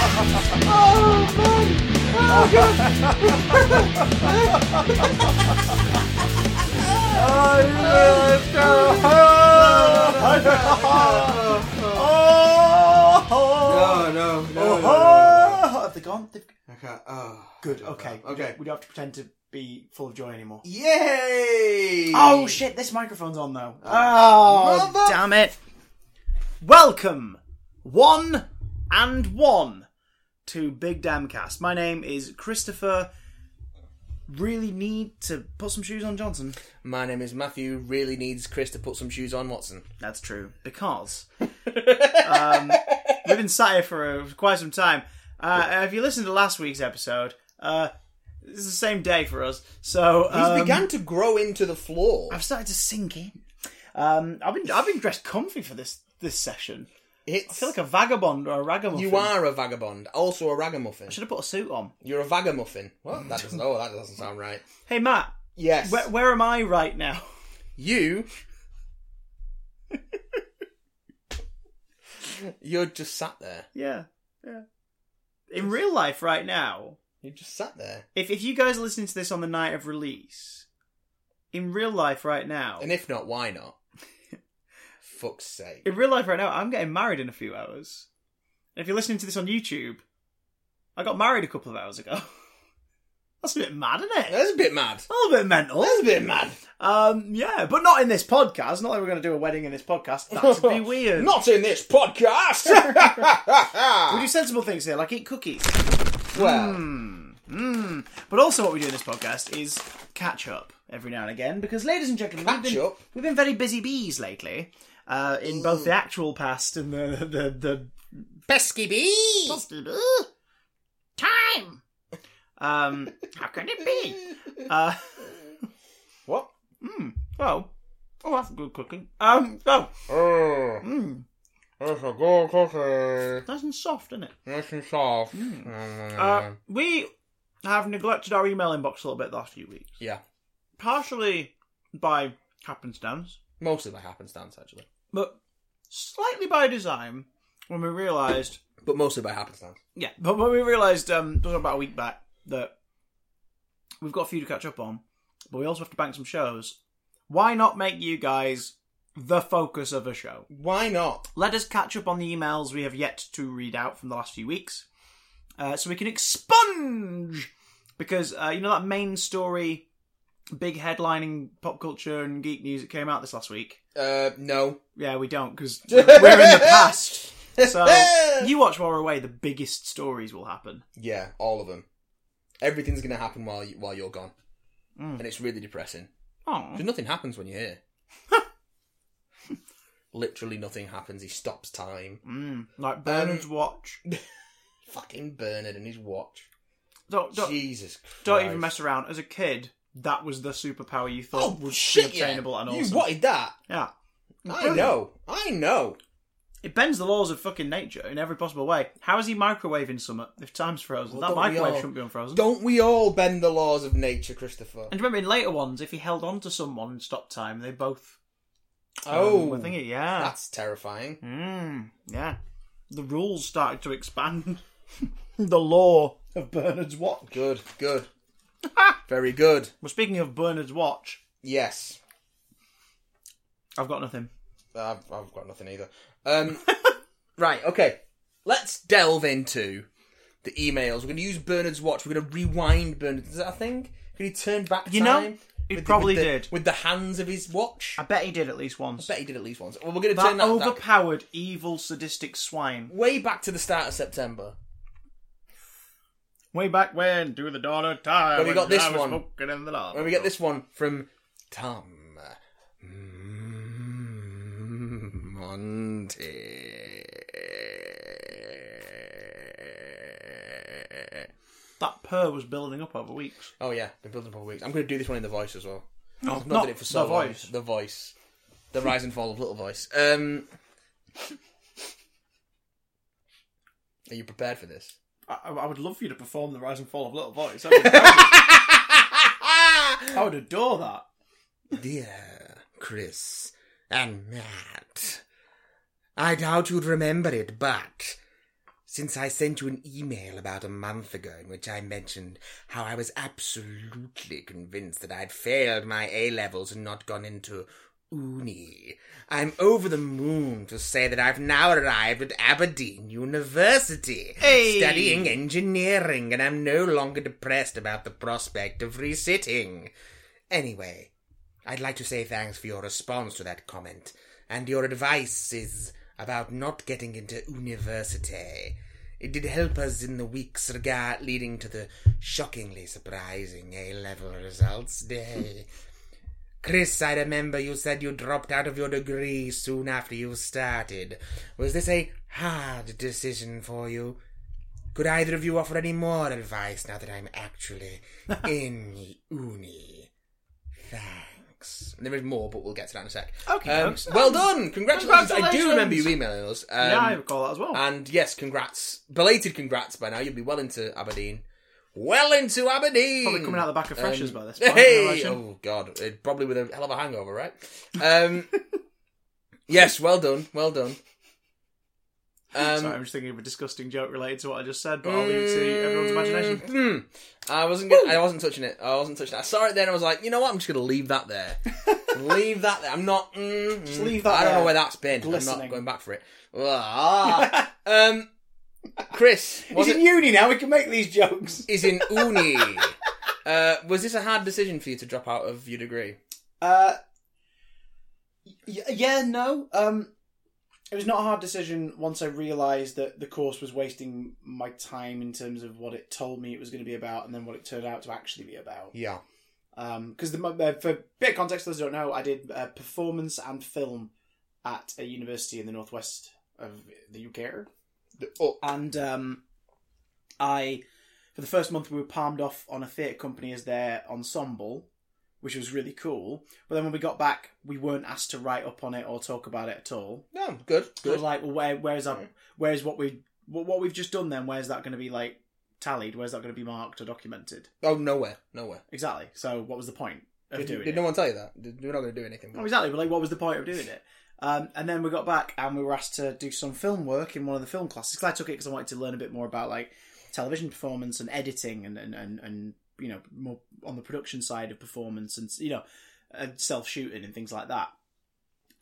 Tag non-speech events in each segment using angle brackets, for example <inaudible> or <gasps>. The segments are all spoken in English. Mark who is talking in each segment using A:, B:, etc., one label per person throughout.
A: oh, man. Oh, God.
B: Oh, let's go. Oh,
A: No, no, no. no, no,
B: Oh, have they gone? They've...
A: no. Okay. Oh,
B: Good.
A: I love
B: Okay.
A: that. Okay.
B: We don't have to pretend to be full of joy anymore.
A: Yay!
B: Oh shit! This microphone's on though.
A: Oh,
B: Oh,
A: mother-
B: damn it! Welcome, one and one, to Big Damn Cast. My name is Christopher. Really need to put some shoes on Johnson.
A: My name is Matthew. Really needs Chris to put some shoes on Watson.
B: That's true <laughs> because um, we've been sat here for uh, quite some time. Uh, if you listened to last week's episode, uh, it's the same day for us. So
A: He's
B: um,
A: began to grow into the floor.
B: I've started to sink in. Um, I've been I've been dressed comfy for this this session.
A: It's
B: I feel like a vagabond or a ragamuffin.
A: you are a vagabond, also a ragamuffin.
B: I should have put a suit on.
A: You're a vagamuffin. What? That doesn't. Oh, that doesn't sound right.
B: Hey Matt,
A: Yes.
B: where, where am I right now? <laughs>
A: you. <laughs> You're just sat there.
B: yeah, yeah. In real life, right now,
A: You just sat there.
B: if if you guys are listening to this on the night of release, in real life, right now,
A: And if not, why not? Fuck's sake.
B: in real life, right now, I'm getting married in a few hours. And if you're listening to this on YouTube, I got married a couple of hours ago. <laughs> That's a bit mad, isn't it?
A: That's a bit mad.
B: A little bit mental.
A: That's a bit mad.
B: Um, yeah, but not in this podcast. Not that we're going to do a wedding in this podcast. That
A: <laughs>
B: would be weird.
A: Not in this podcast.
B: We do sensible things here, like eat cookies.
A: well,
B: Mmm. Mmm. But also, what we do in this podcast is catch up every now and again, because, ladies and gentlemen, we've,
A: Catch
B: been,
A: up? Mm.
B: we've been very busy bees lately, uh, in both the actual past and the the the,
A: pesky bee.
B: <laughs> the time. Um, how can it be? Uh,
A: What?
B: well, oh, that's good cooking. Um, oh,
A: Oh,
B: mmm,
A: that's a good cookie.
B: nice and soft, isn't it?
A: Nice and soft.
B: Uh, we have neglected our email inbox a little bit the last few weeks,
A: yeah,
B: partially by happenstance,
A: mostly by happenstance actually,
B: but slightly by design. When we realised,
A: but mostly by happenstance.
B: yeah, but when we realised, um, it was about a week back that we've got a few to catch up on, but we also have to bank some shows. Why not make you guys the focus of a show?
A: Why not?
B: Let us catch up on the emails we have yet to read out from the last few weeks, uh, so we can expunge. Because uh, you know that main story, big headlining pop culture and geek news that came out this last week.
A: Uh, no.
B: Yeah, we don't because we're
A: <laughs>
B: we're in the past. So you watch while we're away. The biggest stories will happen.
A: Yeah, all of them. Everything's gonna happen while you, while you're gone,
B: Mm.
A: and it's really depressing.
B: Oh,
A: 'Cause nothing happens when you're
B: <laughs>
A: here. Literally nothing happens. He stops time.
B: mm.
A: Um,
B: like Bernard's watch.
A: Fucking Bernard and his watch.
B: Don't don't,
A: Jesus Christ.
B: don't even mess around. As a kid, that was the superpower you
A: Oh,
B: thought would
A: shit,
B: be
A: yeah.
B: obtainable and
A: You
B: awesome.
A: wanted that.
B: Yeah,
A: I know. I know.
B: It bends the laws of fucking nature in every possible way. How is he microwaving summer if time's frozen?
A: Well,
B: that
A: don't we
B: microwave
A: all?
B: shouldn't be unfrozen.
A: Don't we all bend the laws of nature, Christopher?
B: And remember, in later ones, if he held on to someone and stopped time, they both. um,
A: Oh, Ah.
B: were thinking, yeah,
A: that's terrifying.
B: mm, yeah. The rules started to expand. <laughs> the law of Bernard's watch.
A: Good, good. <laughs> Very good.
B: Well, speaking of Bernard's watch,
A: Yes.
B: I've got nothing.
A: I've, I've got nothing either.
B: <laughs>
A: Um, right, okay. Let's delve into the emails. We're going to use Bernard's watch. We're going to rewind Bernard. Is that a thing? Can he turn back time?
B: You know, he
A: With the-
B: probably
A: with the-
B: did.
A: With the hands of his watch?
B: I bet he did at least once.
A: I bet he did at least once. Well, we're going to
B: that,
A: turn that back
B: overpowered, evil, sadistic swine.
A: way back to the start of September.
B: Way back when, do the dawn of time.
A: When we got this
B: I was
A: one.
B: smoking in the dark.
A: When we get this one from Tom Monty.
B: That purr was building up over weeks.
A: Oh yeah, been building up all weeks. I'm going to do this one in the voice as well.
B: No,
A: Oh, I've not, done it for so
B: the
A: long.
B: voice.
A: The voice, the rise and fall of little voice. Um, <laughs> are you prepared for
B: <laughs>
A: this? <laughs>
B: I, I would love for you to perform the rise and fall of Little Voice. I would, <laughs> I would adore that.
A: Dear Chris and Matt, I doubt you'd remember it, but since I sent you an email about a month ago in which I mentioned how I was absolutely convinced that I'd failed my A levels and not gone into Uni, I'm over the moon to say that I've now arrived at Aberdeen University,
C: Hey!
A: studying engineering, and I'm no longer depressed about the prospect of resitting. Anyway, I'd like to say thanks for your response to that comment, and your advice is about not getting into university. It did help us in the weeks regard leading to the shockingly surprising A level results day. Chris, I remember you said you dropped out of your degree soon after you started. Was this a hard decision for you? Could either of you offer any more advice now that I'm
C: <laughs>
A: actually in uni? Thanks. There is more, but we'll get to that in a sec.
C: Okay,
A: Um,
C: folks.
A: well done. Congratulations. I
C: Congratulations.
A: do remember you emailing us. Um,
C: yeah, I recall that as well.
A: And yes, congrats. Belated congrats by now. You'll be well into Aberdeen. Well into Aberdeen.
C: Probably coming out the back of freshers by this point. I
A: Hey!
C: reckon.
A: Oh god, it, probably with a hell of a hangover, right? Um, <laughs> yes, well done, well done. Um,
C: Sorry, I'm just thinking of a disgusting joke related to what I just said, but I'll leave it to everyone's imagination.
A: <laughs> mm, I wasn't, gonna, I wasn't touching it. I wasn't touching it. I saw it there, and I was like, you know what? I'm just going to leave
C: <laughs>
A: that there. leave that there. I'm not. Mm, mm.
C: leave that
A: I don't
C: there,
A: know where that's been. I'm
C: glistening.
A: not going back for it. Ah. <laughs> um, Chris, was
B: <laughs> He's
A: it,
B: in uni now. We can make these jokes.
A: is in uni.
C: <laughs>
A: Uh, was this a hard decision for you to drop out of your degree?
B: Uh, y- yeah, no. Um, it was not a hard decision once I realised that the course was wasting my time in terms of what it told me it was going to be about, and then what it turned out to actually be about.
A: Yeah.
B: Because the uh, for a bit of context, those who don't know, I did uh, performance and film at a university in the northwest of the UK, and um, I for the first month we were palmed off on a theatre company as their ensemble, which was really cool. But then when we got back, we weren't asked to write up on it or talk about it at all.
A: No, good,
B: So I was
A: good.
B: like, well, where, where's our,
A: Mm.
B: where's what we, what, what we've just done? Then where's that going to be like tallied? Where's that going to be marked or documented?
A: Oh, nowhere, nowhere.
B: Exactly. So what was the point of
A: Did,
B: doing
A: did
B: it?
A: no one tell you that? Did- We're not going to do anything.
B: Oh, exactly. But like, what was the point of doing it? Um, and then we got back and we were asked to do some film work in one of the film classes. 'Cause I took it because I wanted to learn a bit more about like television performance and editing and and and, and you know more on the production side of performance and you know uh, self shooting and things like that.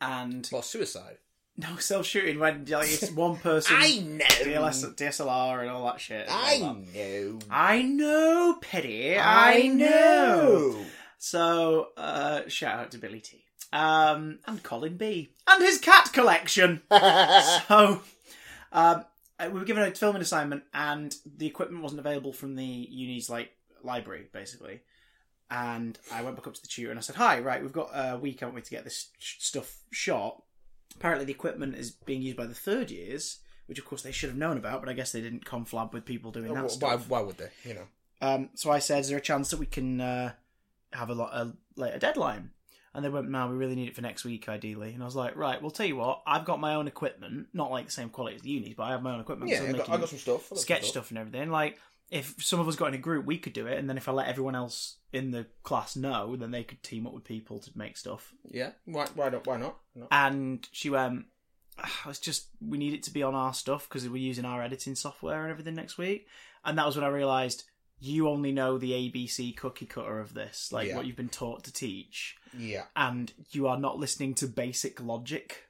B: And <laughs>
A: Well, suicide.
B: no self shooting when like, it's one <laughs> person
A: know.
B: DLS, DSLR and all that shit.
A: I know.
B: I know, Petty. I know. <laughs> So, uh, shout out to Billy T. Um, and Colin B. And his cat collection. so, um, I- we were given a filming assignment, and the equipment wasn't available from the uni's like library, basically. And I went back up to the tutor and I said, "Hi, right, we've got a week, haven't we, to get this sh- stuff shot? Apparently, the equipment is being used by the third years, which of course they should have known about, but I guess they didn't conflab with people doing that
A: Why,
B: stuff.
A: why would they? You know.
B: Um, so I said, "Is there a chance that we can uh, have a, lot, a later deadline?" And they went, "No, we really need it for next week, ideally." And I was like, "Right, well, tell you what, I've got my own equipment, not like the same quality as the unis, but I have my own equipment.
A: Yeah,
B: so
A: I
B: I'm
A: got,
B: making
A: I got some stuff. I got some
B: sketch stuff and everything. Like, if some of us got in a group, we could do it, and then if I let everyone else in the class know, then they could team up with people to make stuff."
A: Yeah. Why? Why not? Why not? No.
B: And she went, "Ah, "It's just we need it to be on our stuff because we're using our editing software and everything next week." And that was when I realised you only know the ABC cookie cutter of this, like
A: Yeah.
B: what you've been taught to teach,
A: Yeah.
B: and you are not listening to basic logic.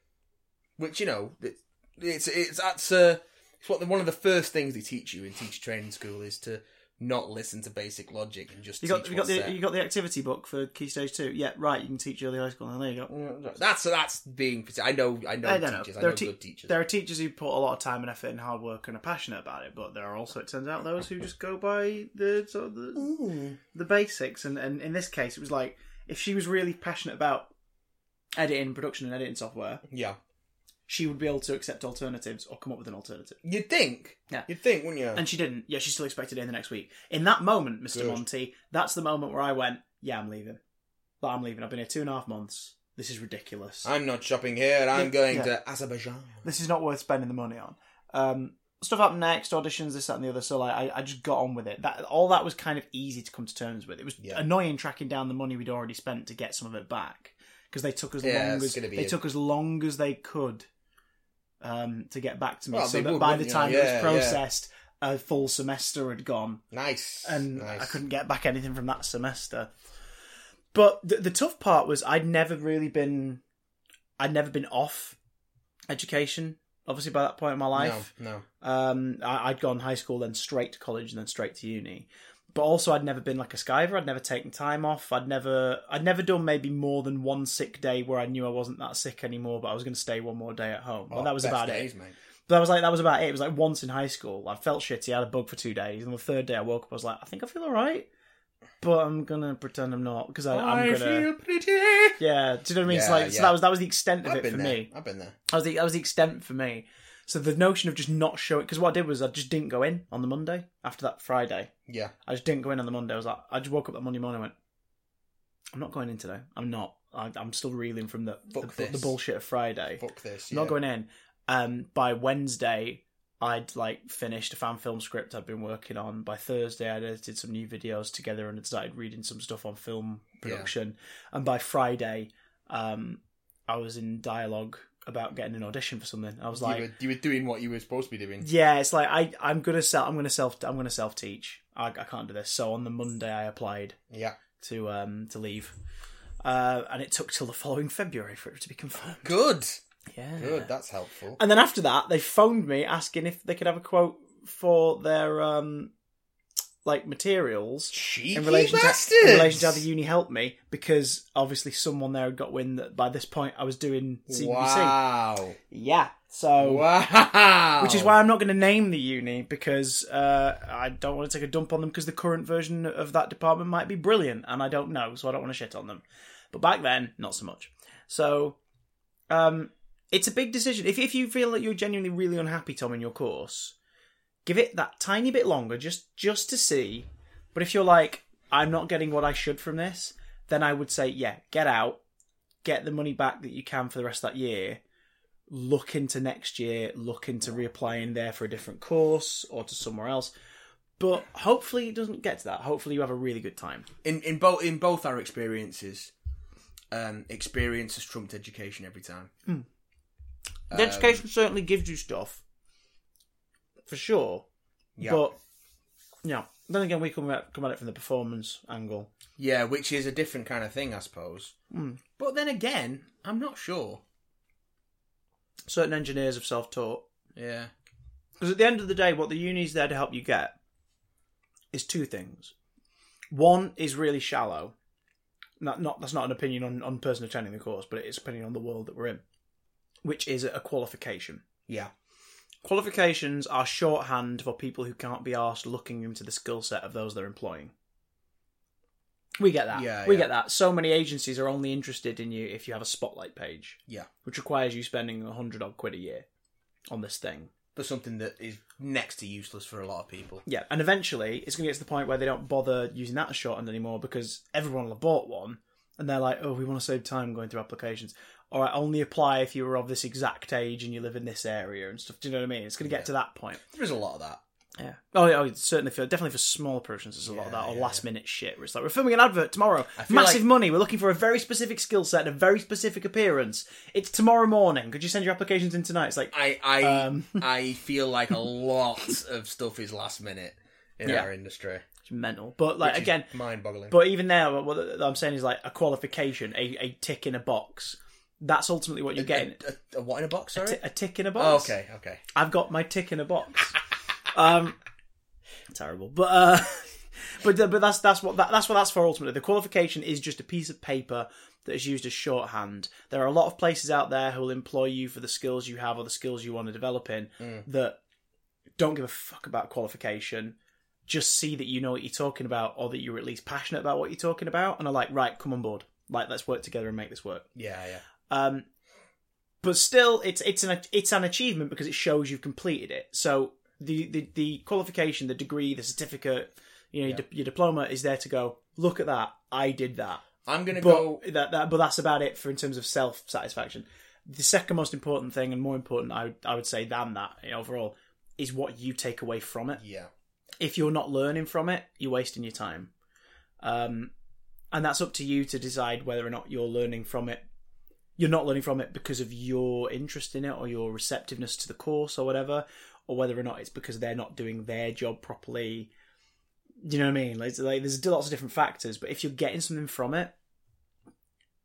A: Which you know, it, it's it's that's uh, it's what the, one of the first things they teach you in teacher training school is to not listen to basic logic and just
B: You
A: teach
B: got you got
A: what's
B: the
A: there.
B: you got the activity book for Key Stage Two. Yeah, right. You can teach early high school. And there you go.
A: That's that's being. I know. I know
B: I don't know.
A: teachers.
B: There
A: I
B: are
A: know
B: te-
A: good teachers.
B: There are teachers who put a lot of time and effort and hard work and are passionate about it, but there are also, it turns out, those who just go by the sort of the, the basics. And, and in this case, it was like if she was really passionate about editing, production, and editing software,
A: Yeah.
B: she would be able to accept alternatives or come up with an alternative.
A: You'd think.
B: Yeah.
A: You'd think, wouldn't you?
B: And she didn't. Yeah, she still expected it in the next week. In that moment, Mr.
A: Good.
B: Monty, that's the moment where I went, "Yeah, I'm leaving. But I'm leaving. I've been here two and a half months. This is ridiculous.
A: I'm not shopping here. I'm
B: Yeah.
A: going
B: Yeah.
A: to Azerbaijan.
B: this is not worth spending the money on. Um, stuff up next, auditions, this, that, and the other. So like, I, I just got on with it. That all that was kind of easy to come to terms with. It was
A: Yeah.
B: annoying tracking down the money we'd already spent to get some of it back because they took as
A: Yeah,
B: long
A: it's
B: as
A: gonna be
B: they
A: a-
B: took as long as they could um, to get back to me,
A: Well,
B: so
A: they
B: that
A: would,
B: by the
A: wouldn't
B: time
A: you?
B: it
A: Yeah,
B: was processed, a full semester had gone,
A: Nice.
B: and
A: nice.
B: I couldn't get back anything from that semester. But the, the tough part was I'd never really been, I'd never been off education. Obviously, by that point in my life,
A: No, no.
B: um, I, I'd gone high school, then straight to college, and then straight to uni. But also, I'd never been like a skiver. I'd never taken time off. I'd never, I'd never done maybe more than one sick day where I knew I wasn't that sick anymore, but I was going to stay one more day at home. Well,
A: Oh,
B: that was
A: best
B: about it.
A: days, Mate.
B: But I was like, that was about it. It was like once in high school, I felt shitty. I had a bug for two days, and the third day I woke up, I was like, I think I feel all right, but I'm gonna pretend I'm not because I'm gonna.
A: pretty.
B: Yeah, do you know what I mean? It's
A: Yeah,
B: like
A: yeah.
B: so that was that was the extent of
A: I've
B: it
A: been
B: for
A: there.
B: me.
A: I've been there.
B: That was the that was the extent for me. So the notion of just not showing because what I did was I just didn't go in on the Monday after that Friday.
A: Yeah.
B: I just didn't go in on the Monday. I was like, I just woke up that Monday morning and went, I'm not going in today. I'm not. I, I'm still reeling from the
A: Fuck
B: the, the
A: this.
B: bullshit of Friday.
A: Fuck this.
B: I'm
A: Yeah.
B: not going in. Um, by Wednesday, I'd like finished a fan film script I'd been working on. By Thursday, I'd edited some new videos together and had started reading some stuff on film production. And by Friday, um, I was in dialogue about getting an audition for something. I was like,
A: you, were, you were doing what you were supposed to be doing.
B: yeah, it's like I I'm gonna self I'm gonna self I'm gonna self teach. I, I can't do this. So on the Monday, I applied
A: Yeah.
B: to um to leave. Uh, and it took till the following February for it to be confirmed.
A: Good.
B: Yeah,
A: Good. That's helpful.
B: and then after that, they phoned me asking if they could have a quote for their um like materials
A: Cheeky
B: in relation,
A: bastards.
B: to, in relation to how the uni helped me because obviously someone there had got wind that by this point I was doing CBC.
A: Wow.
B: Yeah. So
A: Wow.
B: which is why I'm not going to name the uni because uh, I don't want to take a dump on them because the current version of that department might be brilliant and I don't know, so I don't want to shit on them. But back then, not so much. So, um, it's a big decision. If if you feel that you're genuinely really unhappy, Tom, in your course, give it that tiny bit longer just just to see. But if you're like, I'm not getting what I should from this, then I would say, yeah, get out, get the money back that you can for the rest of that year look into next year, look into reapplying there for a different course or to somewhere else. But hopefully it doesn't get to that. Hopefully you have a really good time.
A: in in both in both our experiences, um, experience has trumped education every time.
B: Hmm.
A: Um,
B: The education certainly gives you stuff. For sure.
A: Yeah.
B: But yeah. Then again we come at come at it from the performance angle.
A: Yeah, which is a different kind of thing, I suppose.
B: Mm.
A: But then again, I'm not sure.
B: Certain engineers have self taught.
A: Yeah.
B: Because at the end of the day, what the uni's there to help you get is two things. One is really shallow. Not, not that's not an opinion on, on person attending the course, but it's opinion on the world that we're in, which is a qualification.
A: Yeah.
B: Qualifications are shorthand for people who can't be asked looking into the skill set of those they're employing. We get that.
A: Yeah,
B: we
A: yeah.
B: get that. So many agencies are only interested in you if you have a spotlight page,
A: Yeah.
B: which requires you spending a hundred odd quid a year on this thing.
A: But something that is next to useless for a lot of people.
B: Yeah, and eventually it's going to get to the point where they don't bother using that as shorthand anymore because everyone will have bought one, and they're like, "Oh, we want to save time going through applications." All right, only apply if you were of this exact age and you live in this area and stuff. Do you know what I mean? It's going to get
A: Yeah.
B: to that point.
A: There is a lot of that.
B: Yeah. Oh, yeah, oh, certainly for definitely for small productions, there's a lot of
A: Yeah,
B: that or
A: yeah,
B: last minute shit where it's like we're filming an advert tomorrow,
A: I feel
B: massive
A: like-
B: money. We're looking for a very specific skill set and a very specific appearance. It's tomorrow morning. Could you send your applications in tonight? It's like
A: I I
B: <laughs> Um.
A: I feel like a lot of stuff is last minute in
B: Yeah.
A: our industry.
B: it's mental, but like
A: which is
B: again,
A: mind-boggling.
B: But even there, what- what I'm saying is like a qualification, a, a tick in a box. That's ultimately what you're getting.
A: a, a- a what in a box? Sorry.
B: Ti- a tick in a
A: Oh,
B: box.
A: okay, okay.
B: I've got my tick in a box. um, terrible, but uh, <laughs> but but that's that's what that, that's what that's for. Ultimately, the qualification is just a piece of paper that is used as shorthand. There are a lot of places out there who will employ you for the skills you have or the skills you want to develop in that don't give a fuck about qualification. Just see that you know what you're talking about, or that you're at least passionate about what you're talking about, and are like, right, come on board. Like, let's work together and make this work.
A: Yeah, yeah.
B: Um, but still, it's it's an it's an achievement because it shows you've completed it. So the the, the qualification, the degree, the certificate, you know, your, di- your diploma is there to go. Look at that, I did that.
A: I'm gonna
B: But
A: go.
B: that, that but that's about it for in terms of self satisfaction. The second most important thing, and more important, I would- I would say than that you know, overall, is what you take away from it
A: Yeah.
B: if you're not learning from it, you're wasting your time. Um, and that's up to you to decide whether or not you're learning from it you're not learning from it because of your interest in it or your receptiveness to the course or whatever, or whether or not it's because they're not doing their job properly. You know what I mean? Like, like there's lots of different factors, but if you're getting something from it,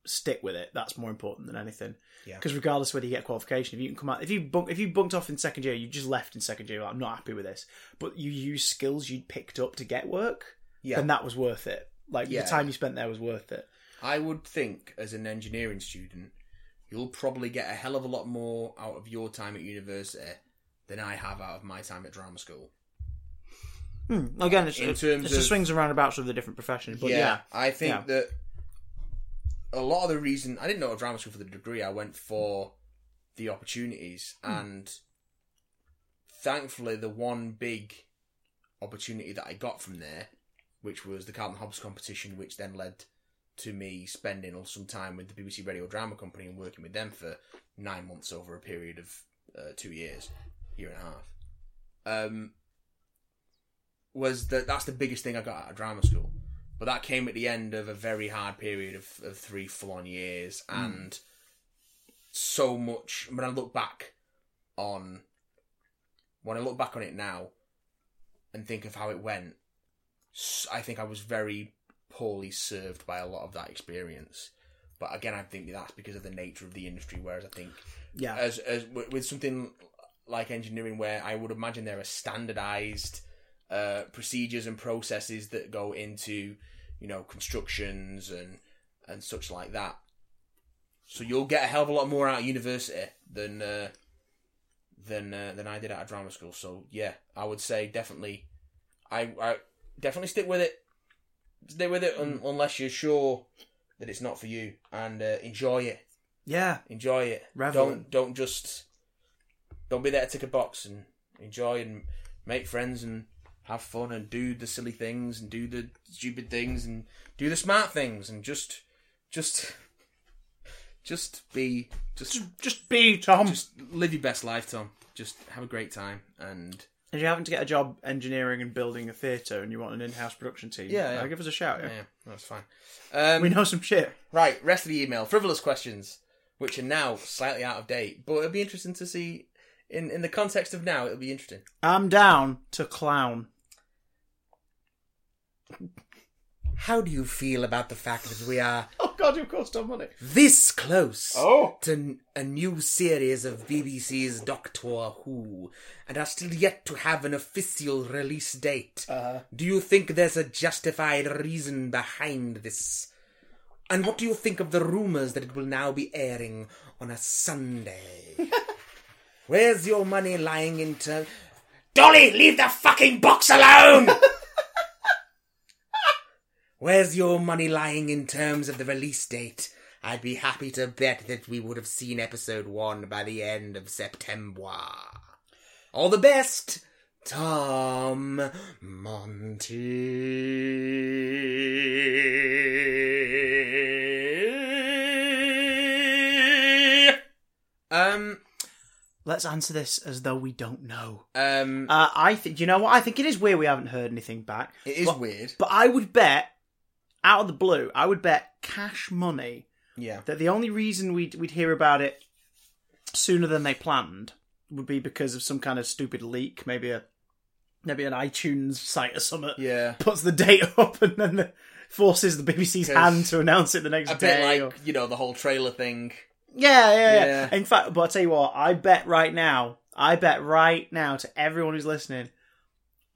B: stick with it. That's more important than anything.
A: Yeah.
B: Because regardless of whether you get a qualification, if you can come out, if you bunk, if you bunked off in second year, you just left in second year. like, I'm not happy with this, but you use skills you would picked up to get work,
A: Yeah.
B: then that was worth it. Like
A: Yeah.
B: the time you spent there was worth it.
A: I would think, as an engineering student, you'll probably get a hell of a lot more out of your time at university than I have out of my time at drama school.
B: Hmm. Again, it's,
A: In
B: it's,
A: terms
B: it's the
A: of-
B: swings and roundabouts of the different professions. But yeah,
A: I think
B: Yeah.
A: that a lot of the reason I didn't go to drama school for the degree, I went for the opportunities,
B: Hmm.
A: and thankfully, the one big opportunity that I got from there, which was the Carlton Hobbs competition, which then led to me spending some time with the BBC Radio Drama Company and working with them for nine months over a period of uh, two years, year and a half. Um, was that that's the biggest thing I got out of drama school. But that came at the end of a very hard period of, of three full on years and so much. When I look back on, when I look back on it now and think of how it went, s- I think I was very poorly served by a lot of that experience. But again, I think that's because of the nature of the industry. Whereas I think
B: yeah, Uh,
A: as as wi- with something like engineering, where I would imagine there are standardized uh, procedures and processes that go into you know constructions and and such like that. So you'll get a hell of a lot more out of university than uh, than uh, than I did out of drama school. So yeah, I would say definitely, I, I definitely stick with it. Stay with it un- unless you're sure that it's not for you, and uh, enjoy it
B: yeah.
A: enjoy it.
B: Revel in-
A: Don't don't just don't be there to tick a box and enjoy and make friends and have fun and do the silly things and do the stupid things and do the smart things and just just just be just
B: Just be Tom.
A: just live your best life, Tom. Just have a great time and
B: if you're having to get a job engineering and building a theatre, and you want an in-house production team,
A: Yeah, yeah.
B: uh, give us a shout. yeah.
A: yeah, that's fine. Um,
B: We know some shit.
A: Right, rest of the email. Frivolous questions, which are now slightly out of date, but it'll be interesting to see in in the context of now. It'll be interesting.
B: I'm down to clown.
A: How do you feel about the fact that we are
B: Oh God, of course, Tom Money.
A: this close
B: Oh.
A: to n- a new series of BBC's Doctor Who and are still yet to have an official release date?
B: Uh-huh.
A: Do you think there's a justified reason behind this? And what do you think of the rumours that it will now be airing on a Sunday? Where's your money lying in terms? Dolly, leave the fucking box alone! Where's your money lying in terms of the release date? I'd be happy to bet that we would have seen episode one by the end of September. All the best, Tom Monty. Um,
B: Let's answer this as though we don't know.
A: um,
B: Uh, I think you know what I think. It is weird we haven't heard anything back.
A: it is
B: but,
A: weird.
B: but I would bet, out of the blue, I would bet cash money
A: Yeah.
B: that the only reason we'd we'd hear about it sooner than they planned would be because of some kind of stupid leak, maybe a maybe an iTunes site or something
A: Yeah.
B: puts the date <laughs> up and then the, forces the BBC's
A: 'Cause
B: hand to announce it the next
A: A
B: day.
A: bit like,
B: or-
A: you know, the whole trailer thing.
B: yeah, yeah, yeah,
A: Yeah.
B: In fact, but I tell you what, I bet right now, I bet right now to everyone who's listening,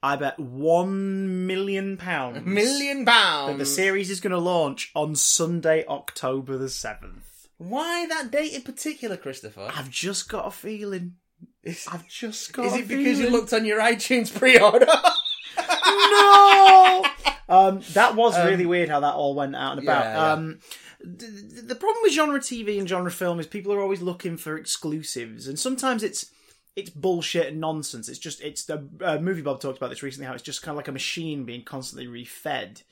B: I bet one million pounds
A: Million
B: that
A: pounds.
B: the series is going to launch on Sunday, October the seventh.
A: Why that date in particular, Christopher?
B: I've just got a feeling.
A: Is,
B: I've just got.
A: is
B: a
A: it because you
B: feeling.
A: looked on your iTunes pre-order? <laughs>
B: no. <laughs> Um, that was
A: Um,
B: really weird how that all went out and about.
A: yeah, yeah.
B: Um, d- d- the problem with genre TV and genre film is people are always looking for exclusives, and sometimes it's it's bullshit and nonsense. It's just it's the uh, movie Bob talked about this recently. How it's just kind of like a machine being constantly refed.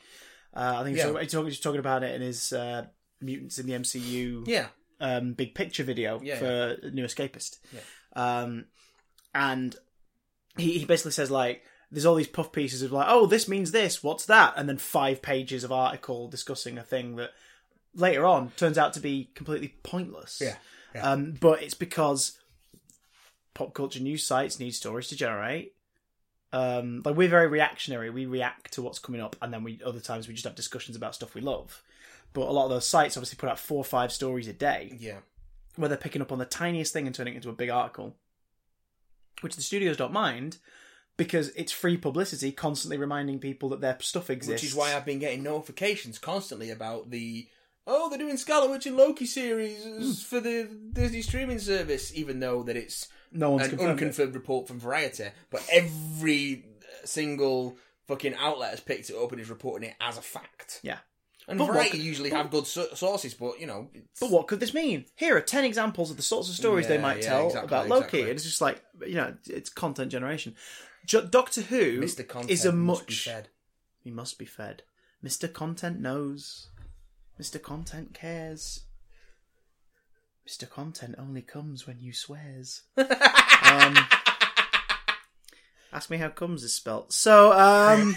B: Uh, I think
A: Yeah.
B: he's, talking, he's talking- he's talking about it in his uh, mutants in the MCU
A: yeah.
B: um, big picture video
A: Yeah,
B: for New Escapist. Um, and he, he basically says like, there's all these puff pieces of like, oh, this means this, what's that? And then five pages of article discussing a thing that later on turns out to be completely pointless.
A: Yeah, yeah.
B: Um, but it's because pop culture news sites need stories to generate. Um, like we're very reactionary. We react to what's coming up, and then we other times we just have discussions about stuff we love. But a lot of those sites obviously put out four or five stories a day,
A: Yeah.
B: where they're picking up on the tiniest thing and turning it into a big article, which the studios don't mind because it's free publicity, constantly reminding people that their stuff exists.
A: Which is why I've been getting notifications constantly about the oh they're doing Scarlet Witch and Loki series
B: Hmm.
A: for the Disney streaming service, even though that it's
B: no one's
A: an
B: confirmed it.
A: unconfirmed report from Variety. But every uh, single fucking outlet has picked it up and is reporting it as a fact.
B: Yeah.
A: And
B: But what
A: Variety
B: could-
A: usually have good so- sources, but you know, it's-
B: But what could this mean? Here are 10 examples of the sorts of stories they
A: Yeah,
B: might
A: yeah,
B: tell
A: exactly,
B: about Loki.
A: exactly.
B: And it's just like, you know, it's content generation. Jo- Doctor Who
A: Mr. Content
B: is a much.
A: must be fed.
B: He must be fed. Mr. Content knows. Mr. Content cares. Mr. Content only comes when you swears. um, ask me how comes is spelt. So, um.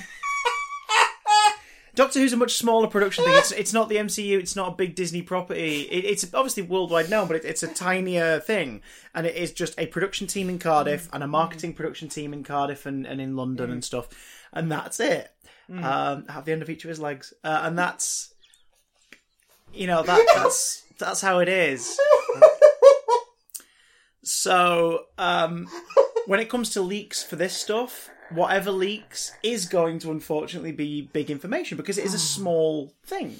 B: Doctor Who's a much smaller production thing. It's, it's not the MCU. It's not a big Disney property. It, it's obviously worldwide known, but it, it's a tinier thing, and it is just a production team in Cardiff and a marketing production team in Cardiff and, and in London and stuff, and that's it. Um, at the end of each of his legs, uh, and that's you know that that's that's how it is. So um, when it comes to leaks for this stuff, whatever leaks is going to unfortunately be big information because it is a small thing.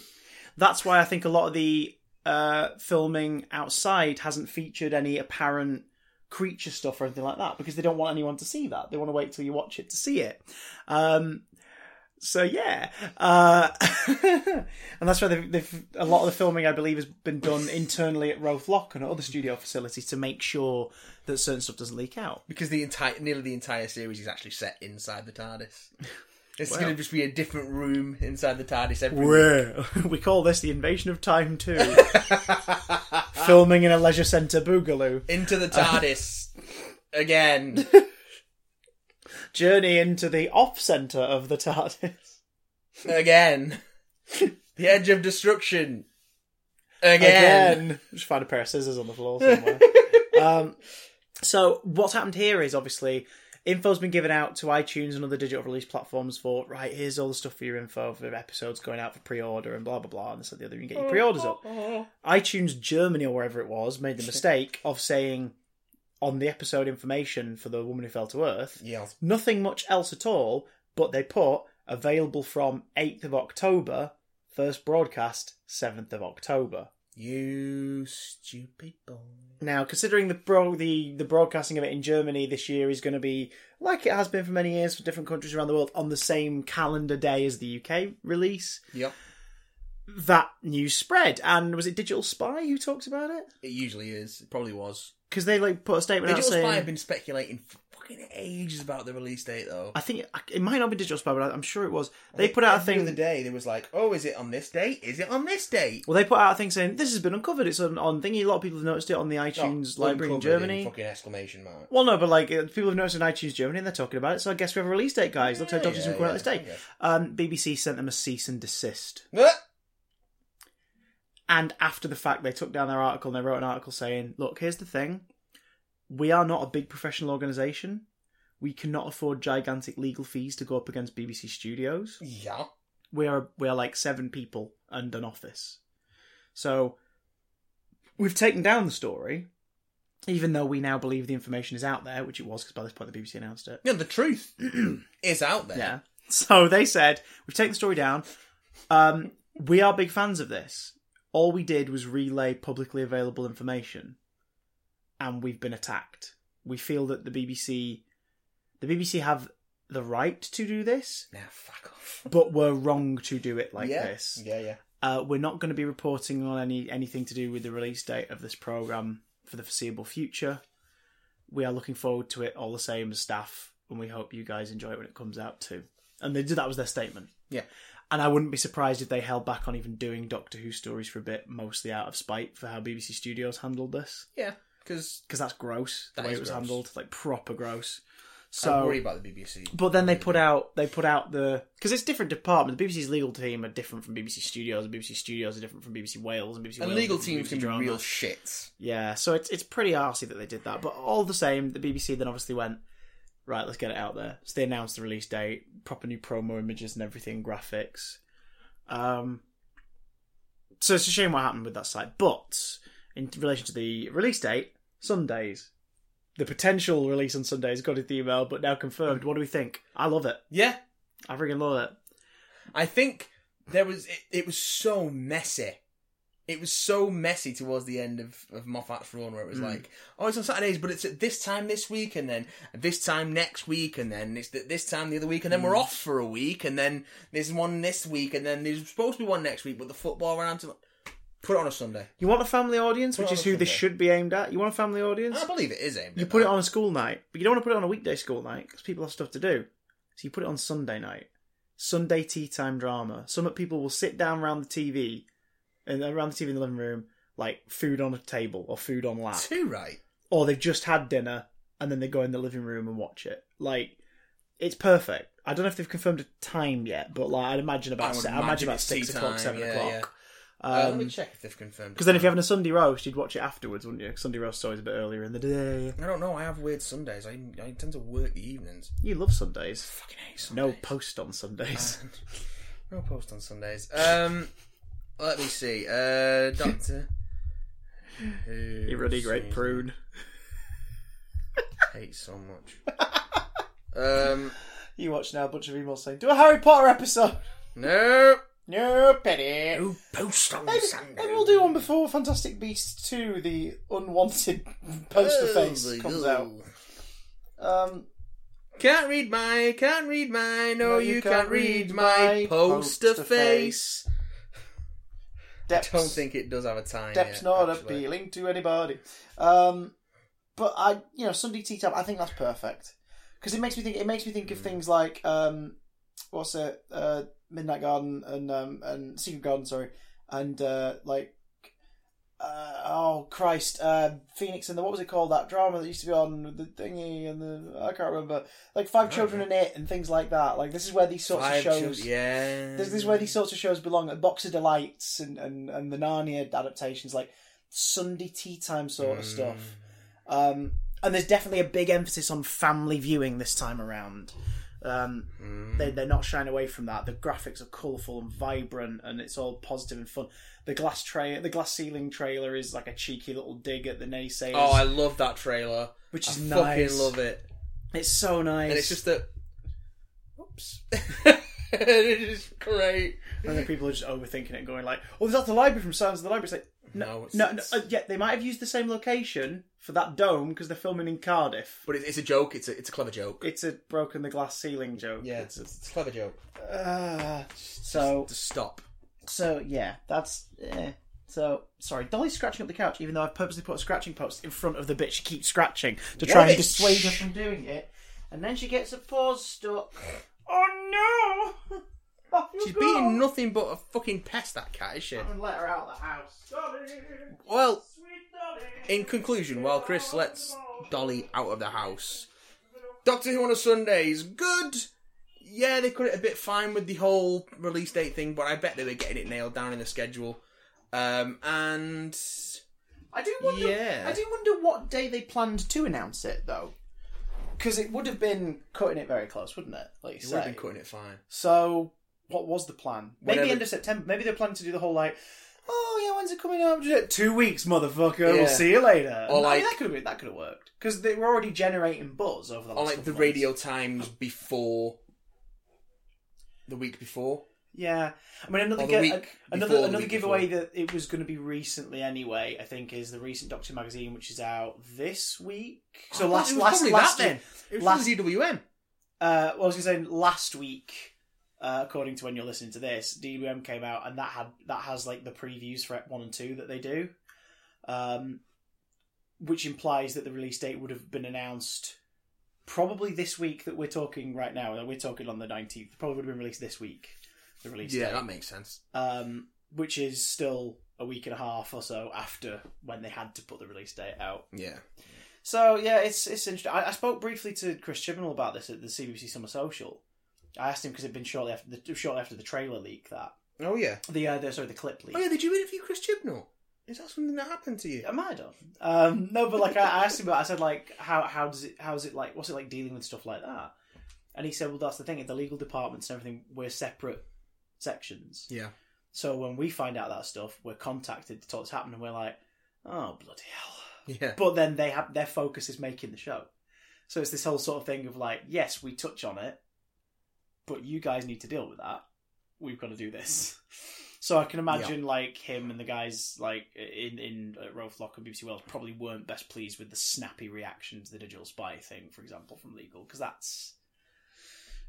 B: That's why I think a lot of the uh, filming outside hasn't featured any apparent creature stuff or anything like that because they don't want anyone to see that. They want to wait till you watch it to see it. Um, so yeah, uh, <laughs> and that's why they've, they've a lot of the filming, I believe, has been done internally at Roth Lock and at other studio facilities to make sure that certain stuff doesn't leak out.
A: because the entire nearly the entire series is actually set inside the
B: <laughs>
A: TARDIS. It's
B: Well.
A: going to just be a different room inside the TARDIS every
B: <laughs> we call this the invasion of time too. filming in a leisure centre boogaloo.
A: into the
B: Uh, <laughs>
A: TARDIS again.
B: Journey into the off centre of the TARDIS.
A: again. the edge of destruction. Again.
B: Again. Just find a pair of scissors on the floor somewhere. um, so what's happened here is obviously info's been given out to iTunes and other digital release platforms for right. Here's all the stuff for your info for episodes going out for pre-order and blah blah blah and this and the other. You can get your pre-orders up. iTunes Germany or wherever it was made the mistake of saying on the episode information for the woman who fell to earth
A: <laughs> Yes.
B: nothing much else at all, but they put available from 8th of October, first broadcast 7th of October.
A: You stupid boy.
B: Now, considering the bro- the the broadcasting of it in Germany this year is going to be like it has been for many years for different countries around the world on the same calendar day as the UK release,
A: Yep.
B: that news spread. And was it Digital Spy who talked about it?
A: It usually is. It probably was.
B: Because they like put a statement
A: Digital
B: out saying,
A: Spy have been speculating for fucking ages about the release date, though.
B: I think it might not be Digital Spy, but I'm sure it was. Uh, They put out a
A: Every
B: thing
A: other day. There was like, oh, is it on this date? Is it on this date?
B: Well, they put out a thing saying this has been uncovered. It's on, on thingy. A lot of people have noticed it on the iTunes
A: Oh,
B: library in
A: uncovered
B: Germany.
A: fucking exclamation mark.
B: well, no, but like uh, people have noticed on iTunes Germany, and they're talking about it. So I guess we have a release date, guys. Looks like
A: Yeah,
B: Doctor Who's
A: yeah,
B: coming out
A: yeah,
B: this day.
A: yeah.
B: Um, BBC sent them a cease and desist,
A: Ah!
B: and after the fact, they took down their article and they wrote an article saying, "Look, here's the thing: we are not a big professional organisation. We cannot afford gigantic legal fees to go up against BBC Studios."
A: Yeah.
B: we are we are like seven people and an office. So we've taken down the story, even though we now believe the information is out there, which it was because by this point the BBC announced it. <clears throat>
A: No, the truth is out there.
B: Yeah. <laughs> So they said we've taken the story down. Um, we are big fans of this. All we did was relay publicly available information, and we've been attacked. We feel that the BBC, the BBC have the right to do this,
A: Now, fuck off. <laughs>
B: but we're wrong to do it like
A: yeah.
B: this.
A: Yeah, yeah.
B: Uh, we're not going to be reporting on any anything to do with the release date of this program for the foreseeable future. We are looking forward to it all the same as staff, and we hope you guys enjoy it when it comes out too. And they did that was their statement.
A: Yeah.
B: And I wouldn't be surprised if they held back on even doing Doctor Who stories for a bit, mostly out of spite for how BBC Studios handled this,
A: Yeah. Because
B: because that's gross the
A: That
B: way
A: is
B: it was
A: gross.
B: handled, like proper gross.
A: I
B: So
A: worry about the BBC.
B: but then they put out they put out the because it's different department. The BBC's legal team are different from BBC Studios, and BBC Studios are different from BBC Wales, and BBC
A: And
B: Wales
A: legal
B: is
A: teams
B: different
A: can be
B: from BBC drama.
A: real shits.
B: Yeah, so it's it's pretty arsey that they did that. But all the same, the BBC then obviously went, right, let's get it out there. So they announced the release date, proper new promo images and everything, graphics. Um So it's a shame what happened with that site. But in relation to the release date, Sundays. The potential release on Sundays got it the email, but now confirmed. What do we think? I love it.
A: Yeah,
B: I freaking love it.
A: I think there was it, it was so messy. It was so messy towards the end of, of Moffat's run where it
B: Hmm.
A: was like, oh, it's on Saturdays, but it's at this time this week, and then at this time next week, and then it's at this time the other week, and then
B: Hmm.
A: we're off for a week, and then there's one this week, and then there's supposed to be one next week, but the football ran to. Put it on a Sunday.
B: You want a family audience, which
A: on
B: is
A: a
B: who this
A: Sunday.
B: should be aimed at. You want a family audience?
A: I believe it is aimed
B: You
A: at
B: put it
A: that.
B: on a school night, but you don't want to put it on a weekday school night because people have stuff to do. So you put it on Sunday night, Sunday tea time drama. Some people will sit down around the TV, and around the TV in the living room, like food on a table or food on
A: <laughs>
B: lap,
A: Too right.
B: or they've just had dinner and then they go in the living room and watch it. Like it's perfect. I don't know if they've confirmed a time yet, but like I'd
A: I
B: imagine about
A: would
B: se- I imagine
A: imagine
B: about
A: it's
B: six
A: tea
B: o'clock,
A: time,
B: seven
A: yeah,
B: o'clock.
A: Uh,
B: Um
A: let me
B: 'cause
A: check if they've confirmed.
B: because then if you're having a Sunday roast, you'd watch it afterwards, wouldn't you? 'Cause Sunday roast is always a bit earlier in the day.
A: I don't know. I have weird Sundays. I I tend to work the evenings.
B: You love Sundays.
A: Fucking hate
B: No
A: Sundays.
B: post
A: <laughs>
B: on Sundays.
A: No post on Sundays. Um, let me see. Uh,
B: <laughs>
A: Doctor. Who
B: you ruddy great
A: sees-
B: prune.
A: Hate so much. um,
B: You watch now a bunch of emails saying, "Do a Harry Potter episode."
A: no.
B: No pity.
A: No post on
B: Maybe, maybe we'll do one before Fantastic Beasts two, the unwanted <laughs>
A: Oh,
B: poster face comes out. Um,
A: Can't read my, can't read my, no,
B: No,
A: you, can't, read my,
B: my
A: poster,
B: poster
A: face.
B: depths,
A: Don't think it does have a time.
B: depths
A: yet,
B: not
A: actually.
B: appealing to anybody. Um, but I, you know, Sunday tea time. I think that's perfect because it makes me think. It makes me think
A: Mm.
B: of things like um, what's it, uh, Midnight Garden and um, and Secret Garden, sorry, and uh, like uh, oh Christ, uh, Phoenix and the what was it called that drama that used to be on with the thingy and the I can't remember like Five Children and It and things like that. Like this is where these sorts
A: Five
B: of shows.
A: chil- yeah.
B: This, this is where these sorts of shows belong. Like Box of Delights and, and, and the Narnia adaptations, like Sunday tea time sort of stuff.
A: Mm.
B: Um, and there's definitely a big emphasis on family viewing this time around. Um, they, they're not shying away from that. The graphics are colourful and vibrant, and it's all positive and fun. The glass tray, the glass ceiling trailer is like a cheeky little dig at the naysayers,
A: Oh, I love that trailer.
B: which
A: I
B: is
A: fucking
B: nice.
A: love it.
B: It's so nice.
A: And it's just that. Oops. <laughs> it is great.
B: and then people are just overthinking it, and going like, "Oh, is that the library from Sounds of the Library?" It's like,
A: No, it's,
B: No, no
A: it's-
B: uh, yeah, they might have used the same location for that dome because they're filming in Cardiff.
A: but it's, it's a joke. It's a it's a clever joke.
B: It's a broken the glass ceiling joke.
A: it's, it's a clever joke.
B: Uh, so,
A: Just stop.
B: so yeah, that's. Eh. So sorry, Dolly's scratching up the couch, even though I've purposely put a scratching post in front of the bit she keeps scratching to try and
A: bitch.
B: dissuade her from doing it, and then she gets her paws stuck. Oh no! Oh, I feel
A: She's
B: bad.
A: beating nothing but a fucking pest. That cat is she?
B: And let her out of the house. Dolly,
A: Well,
B: sweet Dolly.
A: in conclusion, while Chris lets Dolly out of the house, Doctor Who on a Sunday is good. Yeah, they cut it a bit fine with the whole release date thing, but I bet they were getting it nailed down in the schedule. Um, and
B: I do wonder.
A: Yeah.
B: I do wonder what day they planned to announce it though, because it would have been cutting it very close, wouldn't it? Like you
A: they would have
B: say.
A: been cutting it fine.
B: So, what was the plan? Maybe
A: Whatever-
B: end of September. Maybe they planned to do the whole like, oh yeah, when's it coming out? Two weeks, motherfucker.
A: Yeah.
B: We'll see you later.
A: Or
B: And I
A: like-
B: mean, that could have been that could have worked because they were already generating buzz over the last
A: on like
B: couple
A: the
B: of
A: radio
B: months.
A: times before the week before.
B: Yeah, I mean another
A: Or the
B: gi-
A: week
B: an-
A: before,
B: another
A: the
B: another
A: week
B: giveaway that it was going to be recently anyway. I think is the recent Doctor magazine, which is out this week. So
A: Oh,
B: last
A: it was
B: last
A: probably
B: last
A: that
B: year-
A: then. It was
B: last-
A: last DWM.
B: uh, well, I was going to say last week, uh, according to when you're listening to this, DWM came out and that had that has like the previews for Ep One and Two that they do, um, which implies that the release date would have been announced probably this week that we're talking right now. that We're talking on the nineteenth. Probably would have been released this week. The release
A: Yeah,
B: date
A: that makes sense.
B: um, which is still a week and a half or so after when they had to put the release date out.
A: Yeah,
B: So yeah, it's it's interesting. I, I spoke briefly to Chris Chibnall about this at the CBC Summer Social. I asked him because it'd been shortly after the shortly after the trailer leak that
A: Oh yeah.
B: the uh, the sorry the clip leak.
A: Oh yeah. Did you interview Chris Chibnall? Is that something that happened to you?
B: Am I done? Um, no, but like I I asked him about. I said like how how does it how's it like what's it like dealing with stuff like that? And he said, well, that's the thing. The legal departments and everything, we're separate sections.
A: Yeah.
B: So when we find out that stuff, we're contacted to talk what's happening. and We're like, oh bloody hell.
A: Yeah.
B: But then they have their focus is making the show. So it's this whole sort of thing of like, yes, we touch on it, but you guys need to deal with that. We've got to do this. So I can imagine like him and the guys like in in uh, Rolf Lock and BBC Wales probably weren't best pleased with the snappy reaction to the digital spy thing, for example, from legal because that's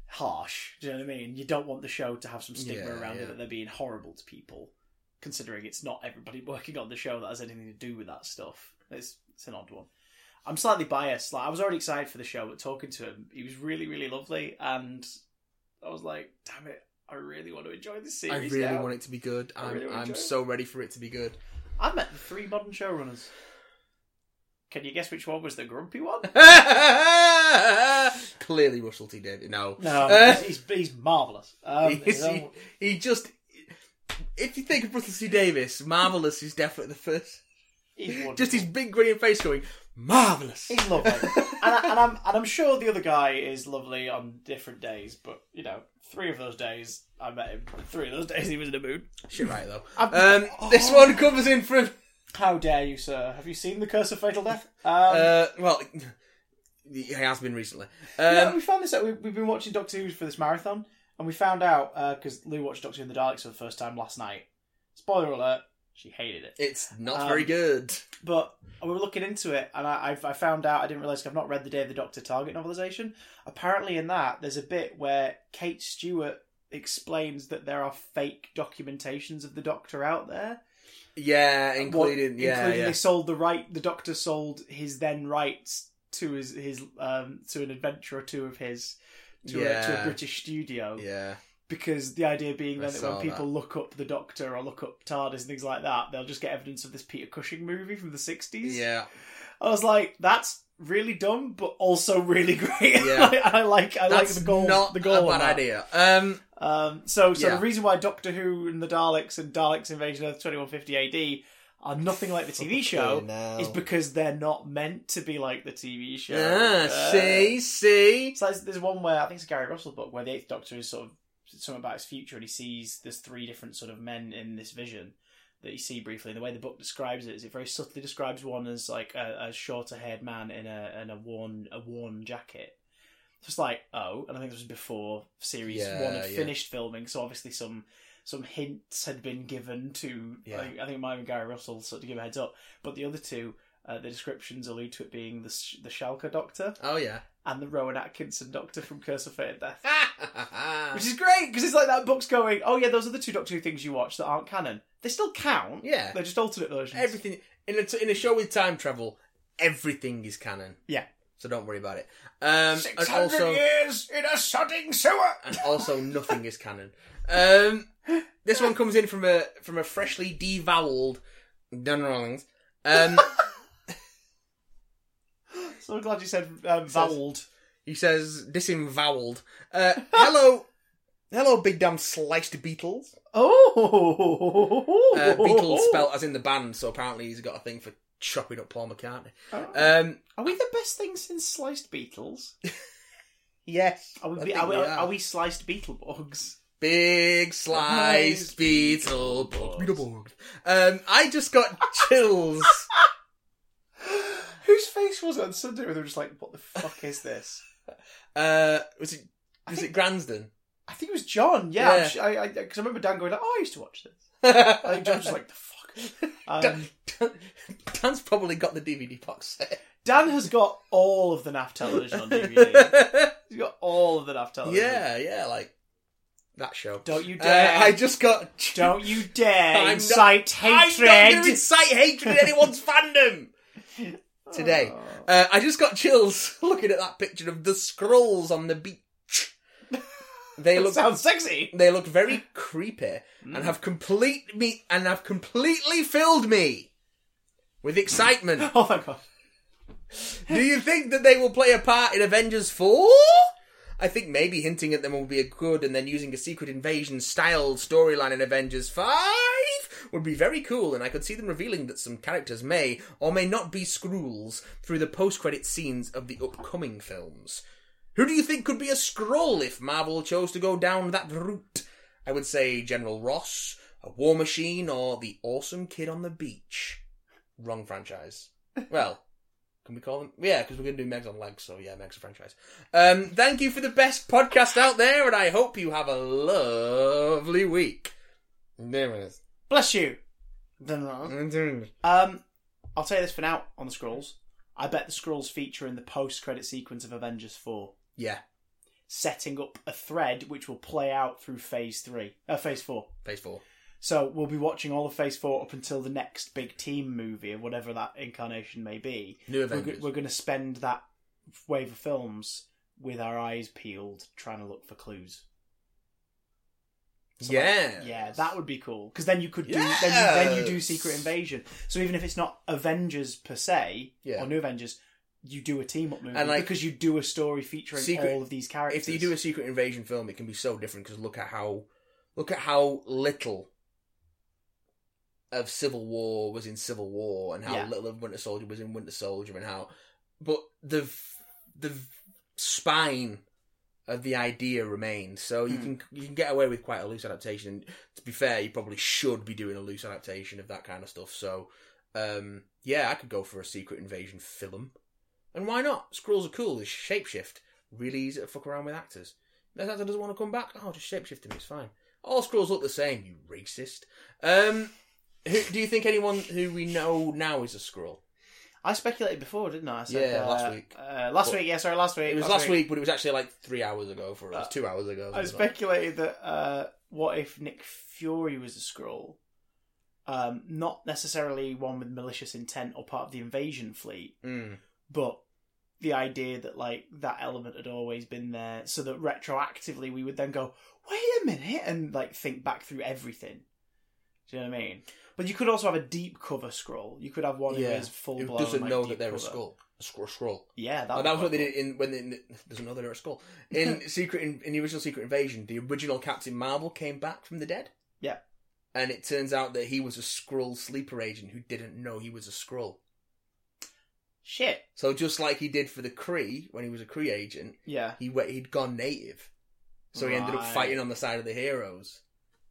B: harsh. Do you know what I mean? You don't want the show to have some stigma
A: Yeah,
B: around
A: yeah.
B: it that they're being horrible to people, considering it's not everybody <laughs> working on the show that has anything to do with that stuff. It's it's an odd one. I'm slightly biased. Like I was already excited for the show, but talking to him, he was really really lovely, and I was like, damn it. I really want to enjoy this
A: I
B: series.
A: really
B: now.
A: want it to be good.
B: I
A: I'm,
B: really
A: I'm
B: enjoy it.
A: so ready for it to be
B: <laughs>
A: good. <laughs>
B: I've met the three modern showrunners. Can you guess which one was the
A: <laughs>
B: grumpy one?
A: Clearly, Russell T Davies. No,
B: No,
A: Uh,
B: he's, he's, he's marvelous.
A: <laughs>
B: Um,
A: He's-
B: his own-
A: he, just. If you think of Russell T Davies, marvelous is definitely the first.
B: he's
A: Just
B: wonderful.
A: his big grinning face going marvelous.
B: He's <laughs> lovely, and, I, and I'm and I'm sure the other guy is lovely on different days. But you know, three of those days I met him. Three of those days he was in a mood.
A: Shit, right though.
B: I'm-
A: Um, This one comes in from.
B: How dare you, sir? Have you seen the Curse of Fatal <laughs> Death? Um,
A: Uh, well, he has been recently.
B: yeah,
A: Um,
B: we found this out. We, we've been watching Doctor Who for this marathon, and we found out because Lou watched Doctor Who in the Daleks for the first time last night. Spoiler alert: she hated it.
A: It's not
B: Um,
A: very good.
B: But we were looking into it, and I, I've, I found out I didn't realize I've not read the Day of the Doctor Target novelization. Apparently, in that there's a bit where Kate Stewart explains that there are fake documentations of the Doctor out there,
A: Yeah, including
B: What-
A: yeah,
B: including
A: yeah.
B: they sold the right. The Doctor sold his then rights to his his um, to an adventure or two of his. To, a, to
A: Yeah.
B: a British studio
A: yeah.
B: because the idea being
A: I
B: then that when
A: saw
B: people look up the Doctor or look up TARDIS and things like that, they'll just get evidence of this Peter Cushing movie from the 60s.
A: Yeah,
B: I was like, that's really dumb, but also really <laughs> great.
A: Yeah.
B: I, like, I
A: that's
B: like the goal.
A: not
B: the goal
A: a bad
B: on that.
A: idea. Um,
B: Um, so, so
A: Yeah.
B: the reason why Doctor Who and the Daleks and Daleks Invasion of Earth 2150 AD are nothing like the TV show is because they're not meant to be like the TV show.
A: ah,
B: Uh,
A: see, see.
B: so there's, there's one where I think it's a Gary Russell book where the Eighth Doctor is sort of something about his future, and he sees there's three different sort of men in this vision that you see briefly. And the way the book describes it is it very subtly describes one as like a, a shorter-haired man in a in a worn a worn jacket. Just like oh, and I think this was before series
A: Yeah,
B: one had
A: yeah.
B: finished filming, so obviously some some hints had been given to.
A: Yeah.
B: I, think, I think it might have been Gary Russell sort of give a heads up, but the other two. Uh, the descriptions allude to it being the Sh- the Shalka Doctor
A: Oh <laughs> yeah.
B: and the Rowan Atkinson Doctor from Curse of Fated Death. Which is great because it's like that book's going, oh yeah, those are the two Doctor Who things you watch that aren't canon. They still count.
A: yeah,
B: They're just alternate versions.
A: everything in a in a show with time travel, everything is canon.
B: Yeah.
A: So don't worry about it. Um, and
B: 600
A: also,
B: years in a sodding sewer.
A: and also nothing is canon. Um, this one comes in from a from a freshly devoweled Don Rawlings. Um,
B: <gasps> So glad you said um, voweled.
A: He says disemboweled. Uh, hello, hello, big damn sliced beetles.
B: Oh,
A: Uh,
B: <laughs>
A: beetles spelt as in the band, so apparently he's got a thing for chopping up Paul McCartney.
B: Oh.
A: Um,
B: are we the best thing since sliced
A: <laughs>
B: beetles?
A: yes,
B: Are we,
A: I
B: be-
A: think
B: are, we,
A: we
B: are.
A: are.
B: we sliced
A: <gasps>
B: beetleborgs?
A: big sliced
B: Sliced
A: beetle bug.
B: beetle
A: Beetle bug. Um, I just got
B: <laughs>
A: chills.
B: <gasps> Whose face was it on Sunday where they were just like, what the fuck is this?
A: uh, was it
B: I
A: was
B: think-
A: it Gransden?
B: I think it was John. Yeah,
A: Yeah.
B: I'm su- I because I, remember Dan going, like, "Oh, I used to watch this." I think John's just like,
A: <laughs>
B: "The fuck." Um,
A: Dan, <laughs> Dan's probably got the DVD box set.
B: Dan has got all of the NAF television on DVD. He's got all of the NAF television.
A: <laughs> Yeah, yeah, like that show.
B: Don't you
A: Uh,
B: dare!
A: I just got.
B: Don't you dare
A: I'm not-
B: incite
A: I'm not going to
B: hatred
A: incite hatred in
B: <laughs>
A: anyone's fandom today.
B: Oh.
A: Uh, I just got chills <laughs> looking at that picture of the scrolls on the beach. They
B: <laughs> That
A: look
B: sounds sexy. <laughs>
A: they look very creepy and
B: Mm.
A: have complete me and have completely filled me with excitement.
B: Oh my god!
A: Do you think that they will play a part in Avengers 4? I think maybe hinting at them would be a good and then using a secret invasion style storyline in Avengers 5 would be very cool and I could see them revealing that some characters may or may not be Skrulls through the post-credit scenes of the upcoming films. Who do you think could be a Skrull if Marvel chose to go down that route? I would say General Ross, a War Machine, or the awesome kid on the beach. Wrong franchise. Well, can we call them? Yeah, because we're going to do Megs on Legs, so yeah, Megs a franchise. Um, thank you for the best podcast out there, and I hope you have a lovely week. There it is.
B: Bless you. Oh. Um, I'll say this for now on the scrolls. I bet the scrolls feature in the post-credit sequence of Avengers Four,
A: Yeah,
B: setting up a thread which will play out through Phase Three, uh, Phase Four.
A: Phase 4.
B: So we'll be watching all of Phase Four up until the next big team movie, or whatever that incarnation may be.
A: New
B: We're, go-
A: Avengers.
B: we're going to spend that wave of films with our eyes peeled, trying to look for clues. So
A: yeah.
B: that- yeah, that would be cool because then you could do then, you, then you do
A: Yes.
B: Secret Invasion. So even if it's not Avengers per se
A: Yeah.
B: or New Avengers, you do a team up movie
A: And, like,
B: because you do a story featuring
A: Secret-
B: all of these characters.
A: If you do a secret invasion film, it can be so different because look at how look at how little of Civil War was in Civil War, and how
B: Yeah.
A: little of Winter Soldier was in Winter Soldier, and how but the v- the v- spine of the idea remained. So you
B: Hmm.
A: can you can get away with quite a loose adaptation. And to be fair, you probably should be doing a loose adaptation of that kind of stuff. So um, yeah, I could go for a secret invasion film. And why not? Skrulls are cool. They shapeshift. Really easy to fuck around with actors. If that actor doesn't want to come back, oh, just shapeshift him. It's fine. All Skrulls look the same. You racist. Um, who, do you think anyone who we know now is a Skrull?
B: I speculated before, didn't I? I said,
A: Yeah,
B: uh,
A: last week.
B: Uh, last
A: What-
B: week, yeah, sorry, last week.
A: It was last week, but it was actually like three hours ago for us.
B: Uh,
A: two hours ago.
B: I speculated that uh, what if Nick Fury was a Skrull, um, not necessarily one with malicious intent or part of the invasion fleet,
A: Mm.
B: but the idea that like that element had always been there so that retroactively we would then go wait a minute and like think back through everything do you know what i mean but you could also have a deep cover scroll you could have one who
A: Yeah.
B: is full
A: Who
B: blown
A: doesn't
B: like,
A: know
B: deep
A: that they're
B: cover.
A: a Skrull? A Skrull. Skrull.
B: yeah that,
A: Oh,
B: would
A: that was
B: be
A: what they
B: quite
A: did in when they, doesn't know that they're at
B: <laughs>
A: school in Secret in, in the original Secret Invasion. The original Captain Marvel came back from the dead.
B: Yeah.
A: and it turns out that he was a Skrull sleeper agent who didn't know he was a Skrull.
B: cool. shit
A: So just like he did for the Kree when he was a Kree agent,
B: yeah
A: he went, he'd gone native, so he ended up
B: Right.
A: fighting on the side of the heroes.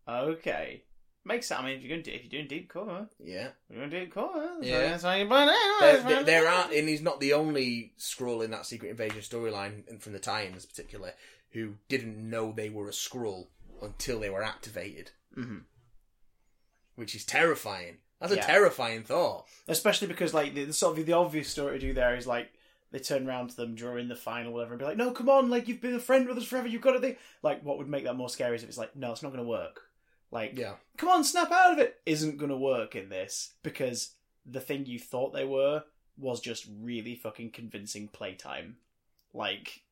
B: okay makes sense i mean if you're gonna do if you're doing deep cover
A: Yeah,
B: you're gonna do cover that's
A: Yeah.
B: how- that's how you plan it out.
A: there,
B: That's
A: there-
B: how-
A: there are, and he's not the only Skrull in that Secret Invasion storyline, and from the tie-ins particular, who didn't know they were a Skrull until they were activated.
B: Mhm.
A: which is terrifying. That's a
B: Yeah.
A: terrifying thought.
B: especially because like the, the sort of the obvious story to do there is like they turn around to them during the final whatever and be like no come on like you've been a friend with us forever you've got to think like what would make that more scary is if it's like no it's not going to work like
A: Yeah,
B: come on snap out of it isn't going to work in this because the thing you thought they were was just really fucking convincing playtime like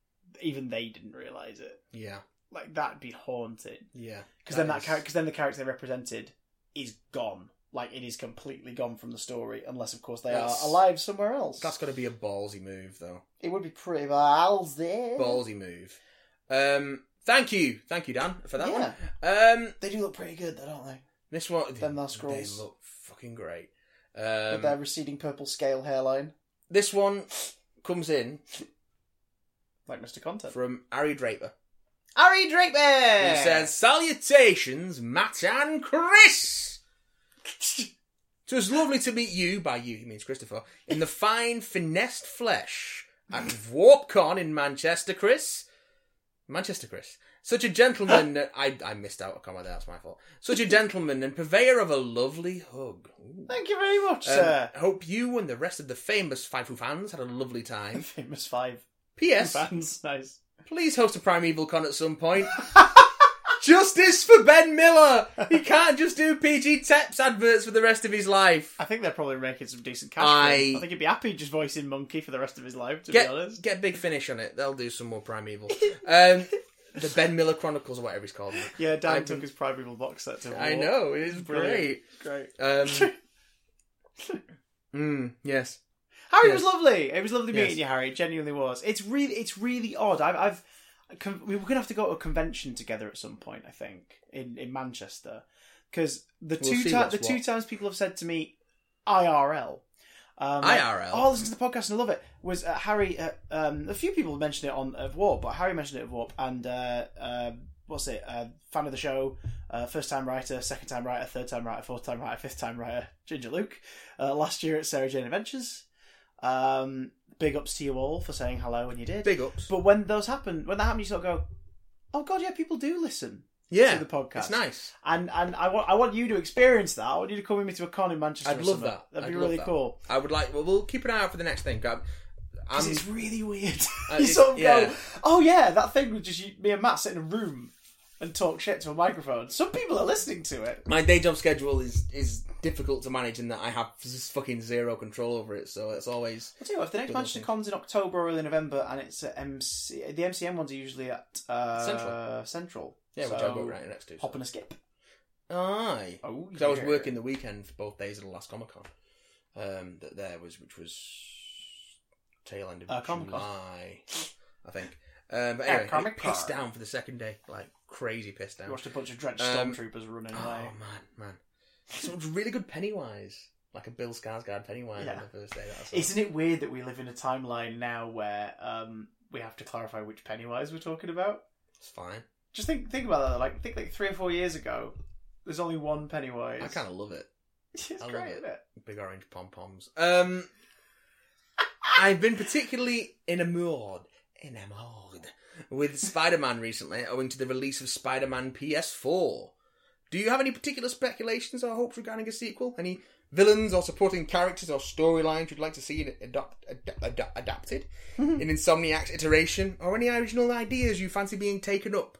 B: even they didn't realize it
A: yeah,
B: like that'd be haunting
A: yeah.
B: because then that
A: is-
B: because then the character they represented is gone. Like it is completely gone from the story, unless of course they
A: That's-
B: are alive somewhere else.
A: that's got to be a ballsy move, though.
B: it would be pretty ballsy.
A: Ballsy move. Um, thank you, thank you, Dan, for that
B: Yeah.
A: one. Um,
B: They do look pretty good, though, don't they?
A: this one,
B: Them last
A: they
B: scrolls.
A: look fucking great.
B: With their
A: Um,
B: receding purple scale hairline,
A: this one comes in
B: like Mr. Content.
A: from Harry Draper.
B: Harry Draper.
A: He says, "Salutations, Matt and Chris. So it's lovely to meet you. By you, he means Christopher. In the fine, finessed flesh at VorpCon in Manchester, Chris. Manchester, Chris. Such a gentleman. I I missed out a comma there. That's my fault. Such a gentleman and purveyor of a lovely hug. Ooh.
B: <laughs> "Thank you very much,
A: Um,
B: sir."
A: hope you and the rest of the famous Faifu fans had a lovely time.
B: Famous five
A: P.S.
B: fans. <laughs> Nice.
A: Please host a Primeval Con at some point. <laughs> Justice for Ben Miller! He can't just do PG Teps adverts for the rest of his life.
B: I think they're probably making some decent cash.
A: I-
B: I... I think he'd be happy just voicing Monkey for the rest of his life. To be honest,
A: Get, get Big Finish on it. They'll do some more Primeval. Um, the Ben Miller Chronicles, or whatever he's called.
B: yeah, Dan
A: I'm-
B: took his primeval box set to.
A: I
B: war.
A: know, it's
B: <laughs> Brilliant.
A: great.
B: Great.
A: Um, mm, yes.
B: Harry
A: Yes.
B: was lovely. It was lovely
A: Yes.
B: meeting you, Harry. It genuinely was. It's really, it's really odd. I've, I've, con- we were gonna have to go to a convention together at some point. I think in in Manchester because the
A: We'll
B: two
A: see
B: ti-
A: what's
B: the two
A: what.
B: times people have said to me, IRL. Um,
A: IRL?
B: Oh, I listened to the podcast and I love it. Was uh, Harry? Uh, um, a few people mentioned it on of Warp, but Harry mentioned it of Warp, and uh, uh, what's it? Uh, fan of the show, uh, first time writer, second time writer, third time writer, fourth time writer, fifth time writer, Ginger Luke. Uh, last year at Sarah Jane Adventures. Um, big ups to you all for saying hello when you did.
A: Big ups.
B: But when those happen, when that happens, you sort of go, "Oh God, yeah, people do listen."
A: yeah,
B: to the podcast.
A: It's nice.
B: And and I want I want you to experience that. I want you to come with me to a con in Manchester.
A: I'd
B: or
A: love
B: something.
A: that.
B: That'd
A: I'd
B: be
A: love
B: really
A: that.
B: cool.
A: I would like. Well, we'll keep an eye out for the next thing. I'm,
B: <laughs>
A: I'm
B: 'Cause it's really weird.
A: Uh,
B: you
A: it's-
B: sort of
A: yeah.
B: go, "Oh yeah, that thing with just you, me and Matt sit in a room and talk shit to a microphone." Some people are listening to it.
A: my day job schedule is is difficult to manage in that I have just fucking zero control over it. So it's always
B: I tell you what, if the next
A: Good
B: Manchester
A: thing.
B: Con's in October or early November, and it's at MC, the MCM ones are usually at uh,
A: Central.
B: Central.
A: yeah, which
B: So,
A: I work right next to. So.
B: Hop and a skip.
A: Aye,
B: Oh,
A: because I was working the weekend for both days of the last Comic Con. Um, that there was, which was tail end of
B: Uh, Comic-Con.
A: July, I think. Um, but
B: Yeah,
A: anyway, I
B: Comic-Con.
A: pissed down for the second day, like crazy pissed down.
B: You watched a bunch of drenched
A: Um,
B: stormtroopers running
A: Oh
B: away.
A: man, man! So it was really good Pennywise, like a Bill Skarsgård Pennywise
B: Yeah.
A: on the first day. That's
B: Isn't it weird that we live in a timeline now where um, we have to clarify which Pennywise we're talking about?
A: it's fine.
B: Just think think about that. Like think like three or four years ago, there's only one Pennywise.
A: I kind of love it.
B: <laughs> It's
A: I love
B: great,
A: it.
B: isn't it?
A: Big orange pom poms. Um, I've been particularly enamored, enamored with Spider Man recently, owing to the release of Spider Man PS4. Do you have any particular speculations or hopes regarding a sequel? Any villains or supporting characters or storylines you'd like to see it adopt, ad- ad- adapted in Insomniac's iteration, or any original ideas you fancy being taken up?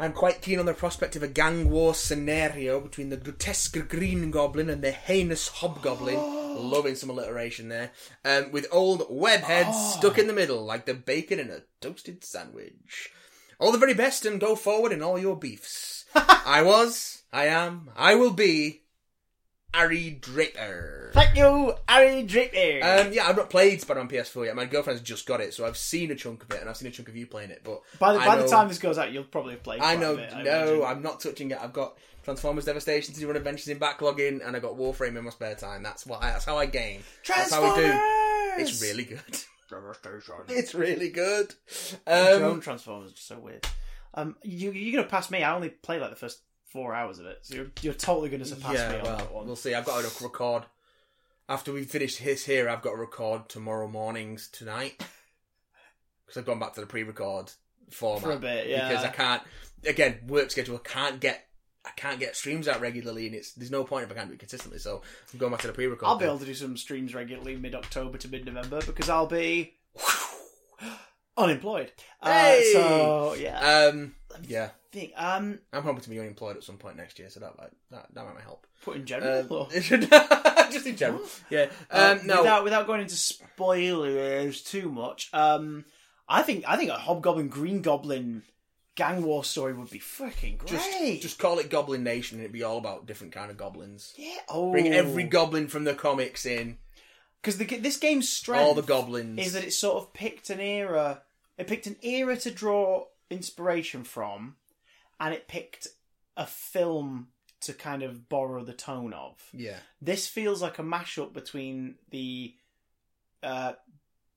A: I'm quite keen on the prospect of a gang war scenario between the grotesque Green Goblin and the heinous Hobgoblin. Loving some alliteration there. Um, with old web heads stuck in the middle, like the bacon in a toasted sandwich. All the very best and go forward in all your
B: <laughs>
A: beefs. I was, I am, I will be Harry Draper.
B: Thank you, Harry Draper.
A: Um, yeah, I've not played Spider Man PS4 yet. My girlfriend's just got it, so I've seen a chunk of it, and I've seen a chunk of you playing it. But
B: by the
A: I
B: by the
A: know-
B: time this goes out, you'll probably have played.
A: I
B: quite a
A: know,
B: bit,
A: no,
B: imagine.
A: I'm not touching it. I've got Transformers Devastation to do on Adventures in Backlog in, and I got Warframe in my spare time. That's what. I, that's how I game. That's how we do.
B: Transformers.
A: It's really good. <laughs>
B: Devastation.
A: It's really good.
B: Drone
A: Um,
B: Transformers are just so weird. Um, you you're gonna pass me. I only play like the first four hours of it, so you're you're totally gonna surpass me
A: yeah,
B: on that
A: well,
B: one.
A: we'll see. I've got to record after we finish his here. I've got to record tomorrow mornings
B: <laughs>
A: tonight because I've gone back to the pre-record format
B: For a bit, yeah.
A: because I can't. Again, work schedule. I can't get. I can't get streams out regularly, and it's there's no point if I can't do it consistently. So I'm going back to the pre-record.
B: I'll be
A: thing.
B: able to do some streams regularly mid October to mid November because I'll be <gasps> unemployed.
A: Hey!
B: Uh, so yeah,
A: Um, yeah,
B: think um,
A: I'm hoping to be unemployed at some point next year, so that might that, that might help.
B: put in general.
A: Um,
B: or-
A: <laughs> just in general, yeah.
B: Uh,
A: Um, no,
B: without without going into spoilers too much. Um, I think I think a Hobgoblin Green Goblin gang war story would be freaking great.
A: just just call it Goblin Nation, and it'd be all about different kind of goblins.
B: yeah, oh,
A: Bring every goblin from the comics in,
B: because this game's strength
A: all the goblins.
B: is that it sort of picked an era. It picked an era to draw inspiration from, and it picked a film to kind of borrow the tone of.
A: yeah,
B: This feels like a mashup between the uh,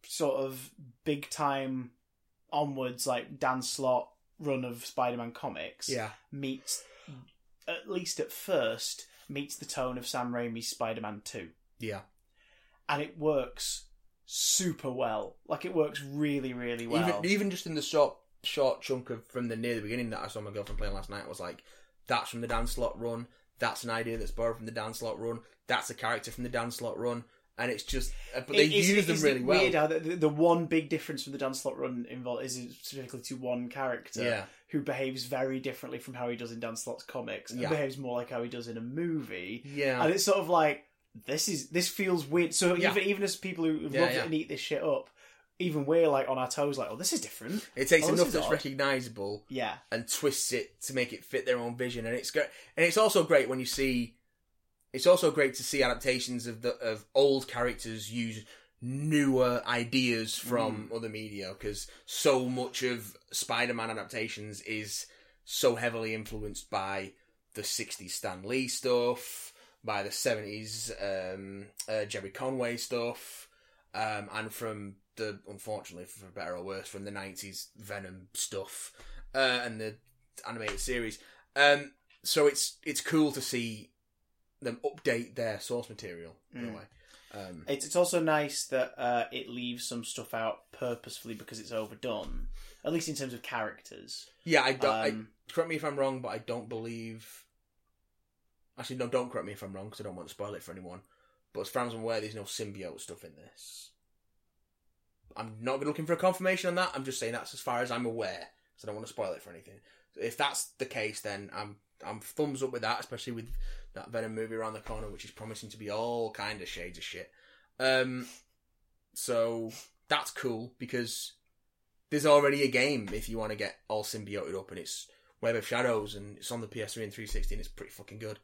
B: sort of big time onwards, like Dan Slott run of Spider Man comics,
A: yeah,
B: meets, at least at first, meets the tone of Sam Raimi's Spider Man 2
A: yeah.
B: and it works super well. Like it works really, really well.
A: Even even just in the short short chunk of from the near the beginning that I saw my girlfriend playing last night, I was like, that's from the Dan Slot run. That's an idea that's borrowed from the Dan Slot run. That's a character from the Dan Slot run, and it's just. uh, But they
B: It-
A: use
B: isn't-
A: them
B: isn't it
A: really well.
B: Weird how the, the, the one big difference from the Dan Slot run involved is it's specifically to one character
A: Yeah.
B: who behaves very differently from how he does in Dan Slot's comics and
A: Yeah.
B: behaves more like how he does in a movie.
A: Yeah.
B: And it's sort of like this is this feels weird. So
A: Yeah.
B: even even as people who love
A: Yeah, yeah.
B: it and eat this shit up, even we're like on our toes, like, oh, this is different.
A: It takes
B: Oh, this
A: enough
B: is
A: that's
B: odd.
A: recognisable
B: Yeah,
A: and twists it to make it fit their own vision, and it's great. And it's also great when you see. It's also great to see adaptations of the of old characters used newer ideas from other media because so much of Spider-Man adaptations is so heavily influenced by the 60s Stan Lee stuff, by the 70s um, uh, Jerry Conway stuff, um, and from the, unfortunately, for better or worse, from the 90s Venom stuff uh, and the animated series. Um, so it's it's cool to see them update their source material in a
B: Mm.
A: way. Um,
B: It's, it's also nice that uh, it leaves some stuff out purposefully because it's overdone, at least in terms of characters.
A: yeah, I don't. I,
B: Um,
A: correct me if I'm wrong, but I don't believe. Actually, no, don't correct me if I'm wrong because I don't want to spoil it for anyone. But as far as I'm aware, there's no symbiote stuff in this. I'm not looking for a confirmation on that. I'm just saying that's as far as I'm aware, so I don't want to spoil it for anything. If that's the case, then I'm I'm thumbs up with that, especially with that Venom movie around the corner, which is promising to be all kind of shades of shit. Um, so that's cool because there's already a game if you want to get all symbioted up, and it's Web of Shadows, and it's on the PS3 and 360, and it's pretty fucking good.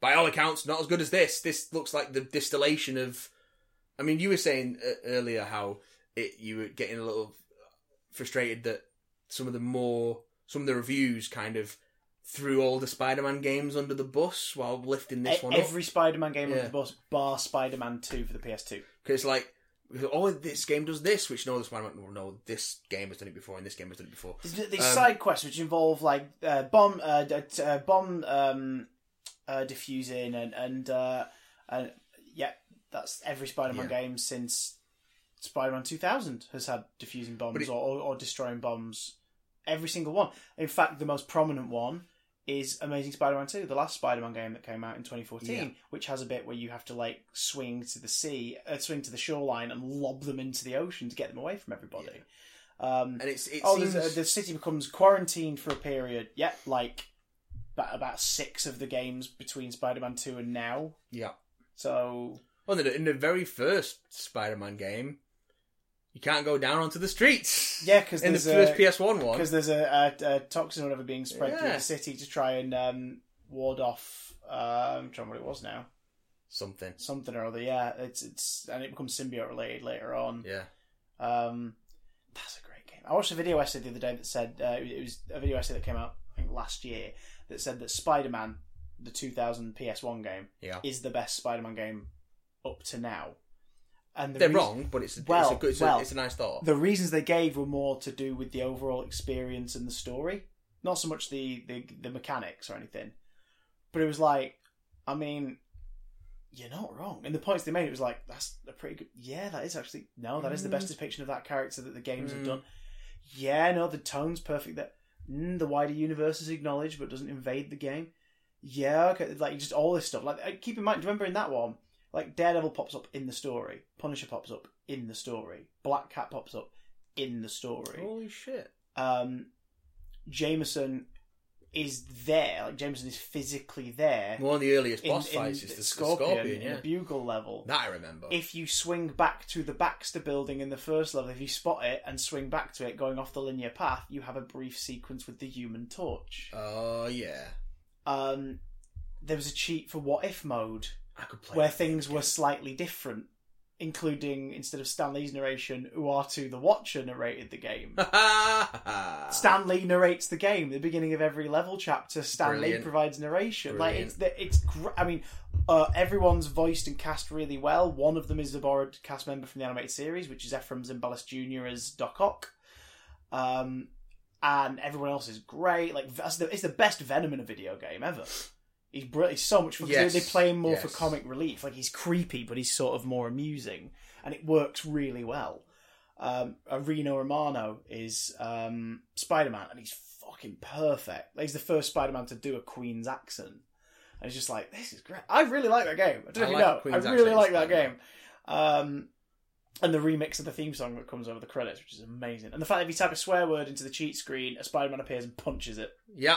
A: By all accounts, not as good as this. This looks like the distillation of. I mean, you were saying uh, earlier how it you were getting a little frustrated that some of the more some of the reviews kind of threw all the Spider-Man games under the bus while lifting this
B: e-
A: one up.
B: every Spider-Man game
A: Yeah.
B: on the bus, bar Spider-Man Two for the PS2.
A: Because it's like, oh, this game does this, which no, this one well, no, this game has done it before, and this game has done it before.
B: There's th- These
A: Um,
B: side quests which involve like uh, bomb, uh, d- t- uh, bomb um, uh, diffusing, and and, uh, and yeah, that's every Spider-Man
A: Yeah.
B: game since Spider-Man 2000 has had diffusing bombs
A: But it-
B: or, or, or destroying bombs. Every single one. In fact, the most prominent one is Amazing Spider-Man 2, the last Spider-Man game that came out in 2014,
A: Yeah.
B: which has a bit where you have to like swing to the sea, uh, swing to the shoreline, and lob them into the ocean to get them away from everybody. Um,
A: And it's it
B: oh,
A: seems
B: there's, uh, the city becomes quarantined for a period. Yep, like about, about six of the games between Spider-Man Two and now.
A: yeah.
B: So
A: Well, in the- in the very first Spider-Man game, you can't go down onto the streets.
B: yeah, because
A: in the
B: there's
A: first
B: a
A: PS1 one,
B: because there's a, a, a toxin or whatever being spread through
A: Yeah.
B: the city to try and um, ward off. Um, I'm trying to remember what it was now,
A: something.
B: something or other. Yeah, it's it's and it becomes symbiote related later on.
A: Yeah,
B: Um, that's a great game. I watched a video essay the other day that said uh, it was a video essay that came out I think last year that said that Spider Man, the 2000 PS1 game,
A: yeah.
B: is the best Spider Man game up to now. And the
A: They're
B: reas-
A: wrong, but it's a, it's a
B: Well,
A: good, it's,
B: well,
A: a, it's a nice thought.
B: The reasons they gave were more to do with the overall experience and the story, not so much the the, the mechanics or anything. But it was like, I mean. You're not wrong. And the points they made, it was like, that's a pretty good. Yeah, that is actually. No, that is the best depiction of that character that the games
A: Mm.
B: have done. Yeah, no, the tone's perfect. That mm, the wider universe is acknowledged, but doesn't invade the game. Yeah, okay, like just all this stuff. Like, uh, keep in mind, do you remember in that one, like Daredevil pops up in the story, Punisher pops up in the story, Black Cat pops up in the story.
A: Holy shit!
B: Um, Jameson is there, like Jameson is physically there.
A: One of the earliest
B: in-
A: boss
B: in
A: fights is the the
B: Scorpion,
A: Scorpion.
B: in
A: yeah,
B: the bugle level.
A: that I remember.
B: If you swing back to the Baxter building in the first level, if you spot it and swing back to it, going off the linear path, you have a brief sequence with the Human Torch.
A: Oh yeah,
B: Um, there was a cheat for What If mode
A: I could play.
B: where
A: that
B: things
A: game.
B: were slightly different, including instead of Stan Lee's narration, Uatu the Watcher narrated
A: <laughs>
B: the game. Stan Lee narrates the game. The beginning of every level chapter, Stan Lee
A: Brilliant.
B: provides narration. Like
A: Brilliant.
B: it's the- it's. Gr- I mean, uh, everyone's voiced and cast really well. One of them is the borrowed cast member from the animated series, which is Ephraim Zimbalist Jr. as Doc Ock. Um, and everyone else is great. Like that's the, it's the best Venom in a video game ever. He's, br- he's so much fun. 'cause
A: Yes,
B: They they play him more for
A: yes.
B: comic relief. Like he's creepy, but he's sort of more amusing, and it works really well. Um, uh, Reno Romano is um, Spider Man, and he's fucking perfect. Like, he's the first Spider Man to do a Queen's accent, and it's just like this is great. I really like that game. I don't
A: I
B: know if you
A: like
B: know.
A: Queen's
B: I really
A: accent
B: like that
A: Spider-Man.
B: game. Um, and the remix of the theme song that comes over the credits, which is amazing. And the fact that if you type a swear word into the cheat screen, a Spider Man appears and punches it.
A: yeah,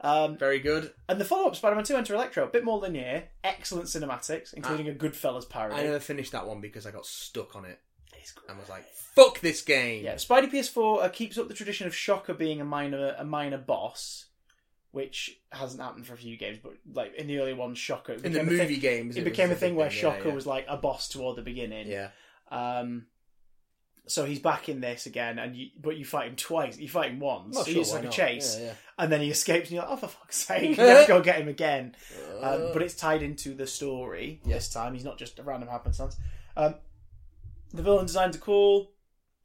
B: Um,
A: very good.
B: and the follow up, Spider Man 2 Enter Electro, a bit more linear, excellent cinematics, including a Goodfellas parody.
A: Ah. I never finished that one because I got stuck on it
B: It's great.
A: and was like, "Fuck this game."
B: Yeah, Spidey PS4 uh, keeps up the tradition of Shocker being a minor a minor boss, which hasn't happened for a few games, but like in the early ones, Shocker it
A: In the
B: became a
A: movie
B: thing-
A: games,
B: it
A: was
B: became
A: the
B: a thing
A: big
B: where
A: yeah,
B: Shocker
A: yeah.
B: was like a boss toward the beginning.
A: Yeah,
B: Um, so he's back in this again, and you, but you fight him twice. You fight him once. so it's like a chase,
D: Yeah,
B: and then he escapes, and you're like, "Oh, for fuck's
A: <laughs>
B: sake! <laughs> You have to go get him again."
A: Uh,
D: yeah.
B: um, but it's tied into the story
D: Yeah.
B: this time. He's not just a random happenstance. Um, the villain designs are cool.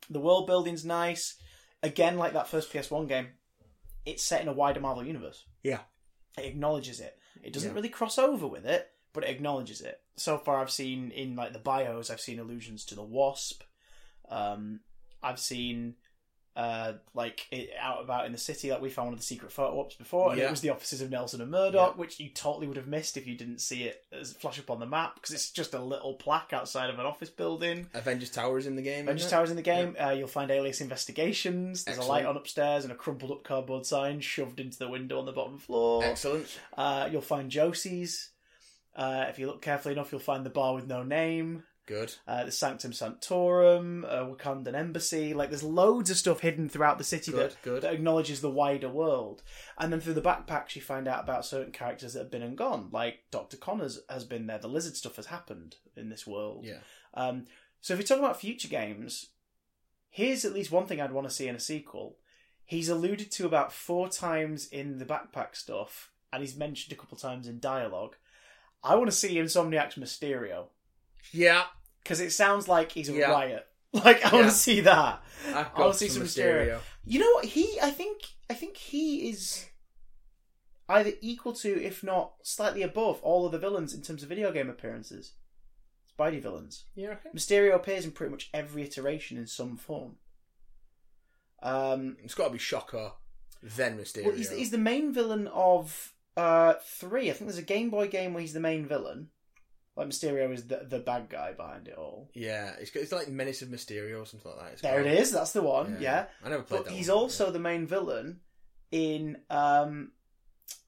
B: The world building's nice. Again, like that first PS1 game, it's set in a wider Marvel universe.
A: Yeah.
B: it acknowledges it. It doesn't
A: Yeah.
B: really cross over with it, but it acknowledges it. So far, I've seen in like the bios, I've seen allusions to the Wasp. Um, I've seen uh, like it, out about in the city. Like we found one of the secret photo ops before, and
A: Yeah.
B: it was the offices of Nelson and Murdoch, which you totally would have missed if you didn't see it as flash up on the map because it's just a little plaque outside of an office building.
A: Avengers Towers in the game.
B: Avengers
A: isn't it?
B: Towers in the game. Uh, you'll find Alias Investigations. There's a light
A: Excellent.
B: on upstairs and a crumpled up cardboard sign shoved into the window on the bottom floor.
A: Excellent.
B: Uh, you'll find Josie's. Uh, if you look carefully enough, you'll find the bar with no name
A: Good.
B: uh, the Sanctum Sanctorum, uh, Wakandan Embassy. Like, there's loads of stuff hidden throughout the city
A: Good,
B: that,
A: good.
B: that acknowledges the wider world. And then through the backpacks, you find out about certain characters that have been and gone. Like, Dr. Connors has been there. The lizard stuff has happened in this world.
D: Yeah.
B: Um, so if we are talking about future games, here's at least one thing I'd want to see in a sequel. He's alluded to about four times in the backpack stuff, and he's mentioned a couple times in dialogue. I want to see Insomniac's Mysterio
A: Yeah.
B: because it sounds like he's a
A: Yeah.
B: riot. <laughs> Like I want
A: Yeah.
B: to see that.
A: I've
B: I'll
A: got
B: see
A: some
B: some
A: Mysterio.
B: You know what? He, I think, I think he is either equal to, if not slightly above, all of the villains in terms of video game appearances. Spidey villains.
D: Yeah, okay.
B: Mysterio appears in pretty much every iteration in some form. Um,
A: It's got to be Shocker, then Mysterio.
B: well, he's, he's the main villain of uh, three. I think there's a Game Boy game where he's the main villain. Like Mysterio is the the bad guy behind it all.
A: Yeah, it's, got- it's like Menace of Mysterio or something like that. It's
B: There it
A: called.
B: is. That's the one. yeah.
A: I never played
B: But
A: that.
B: he's
A: one.
B: also the main villain in um,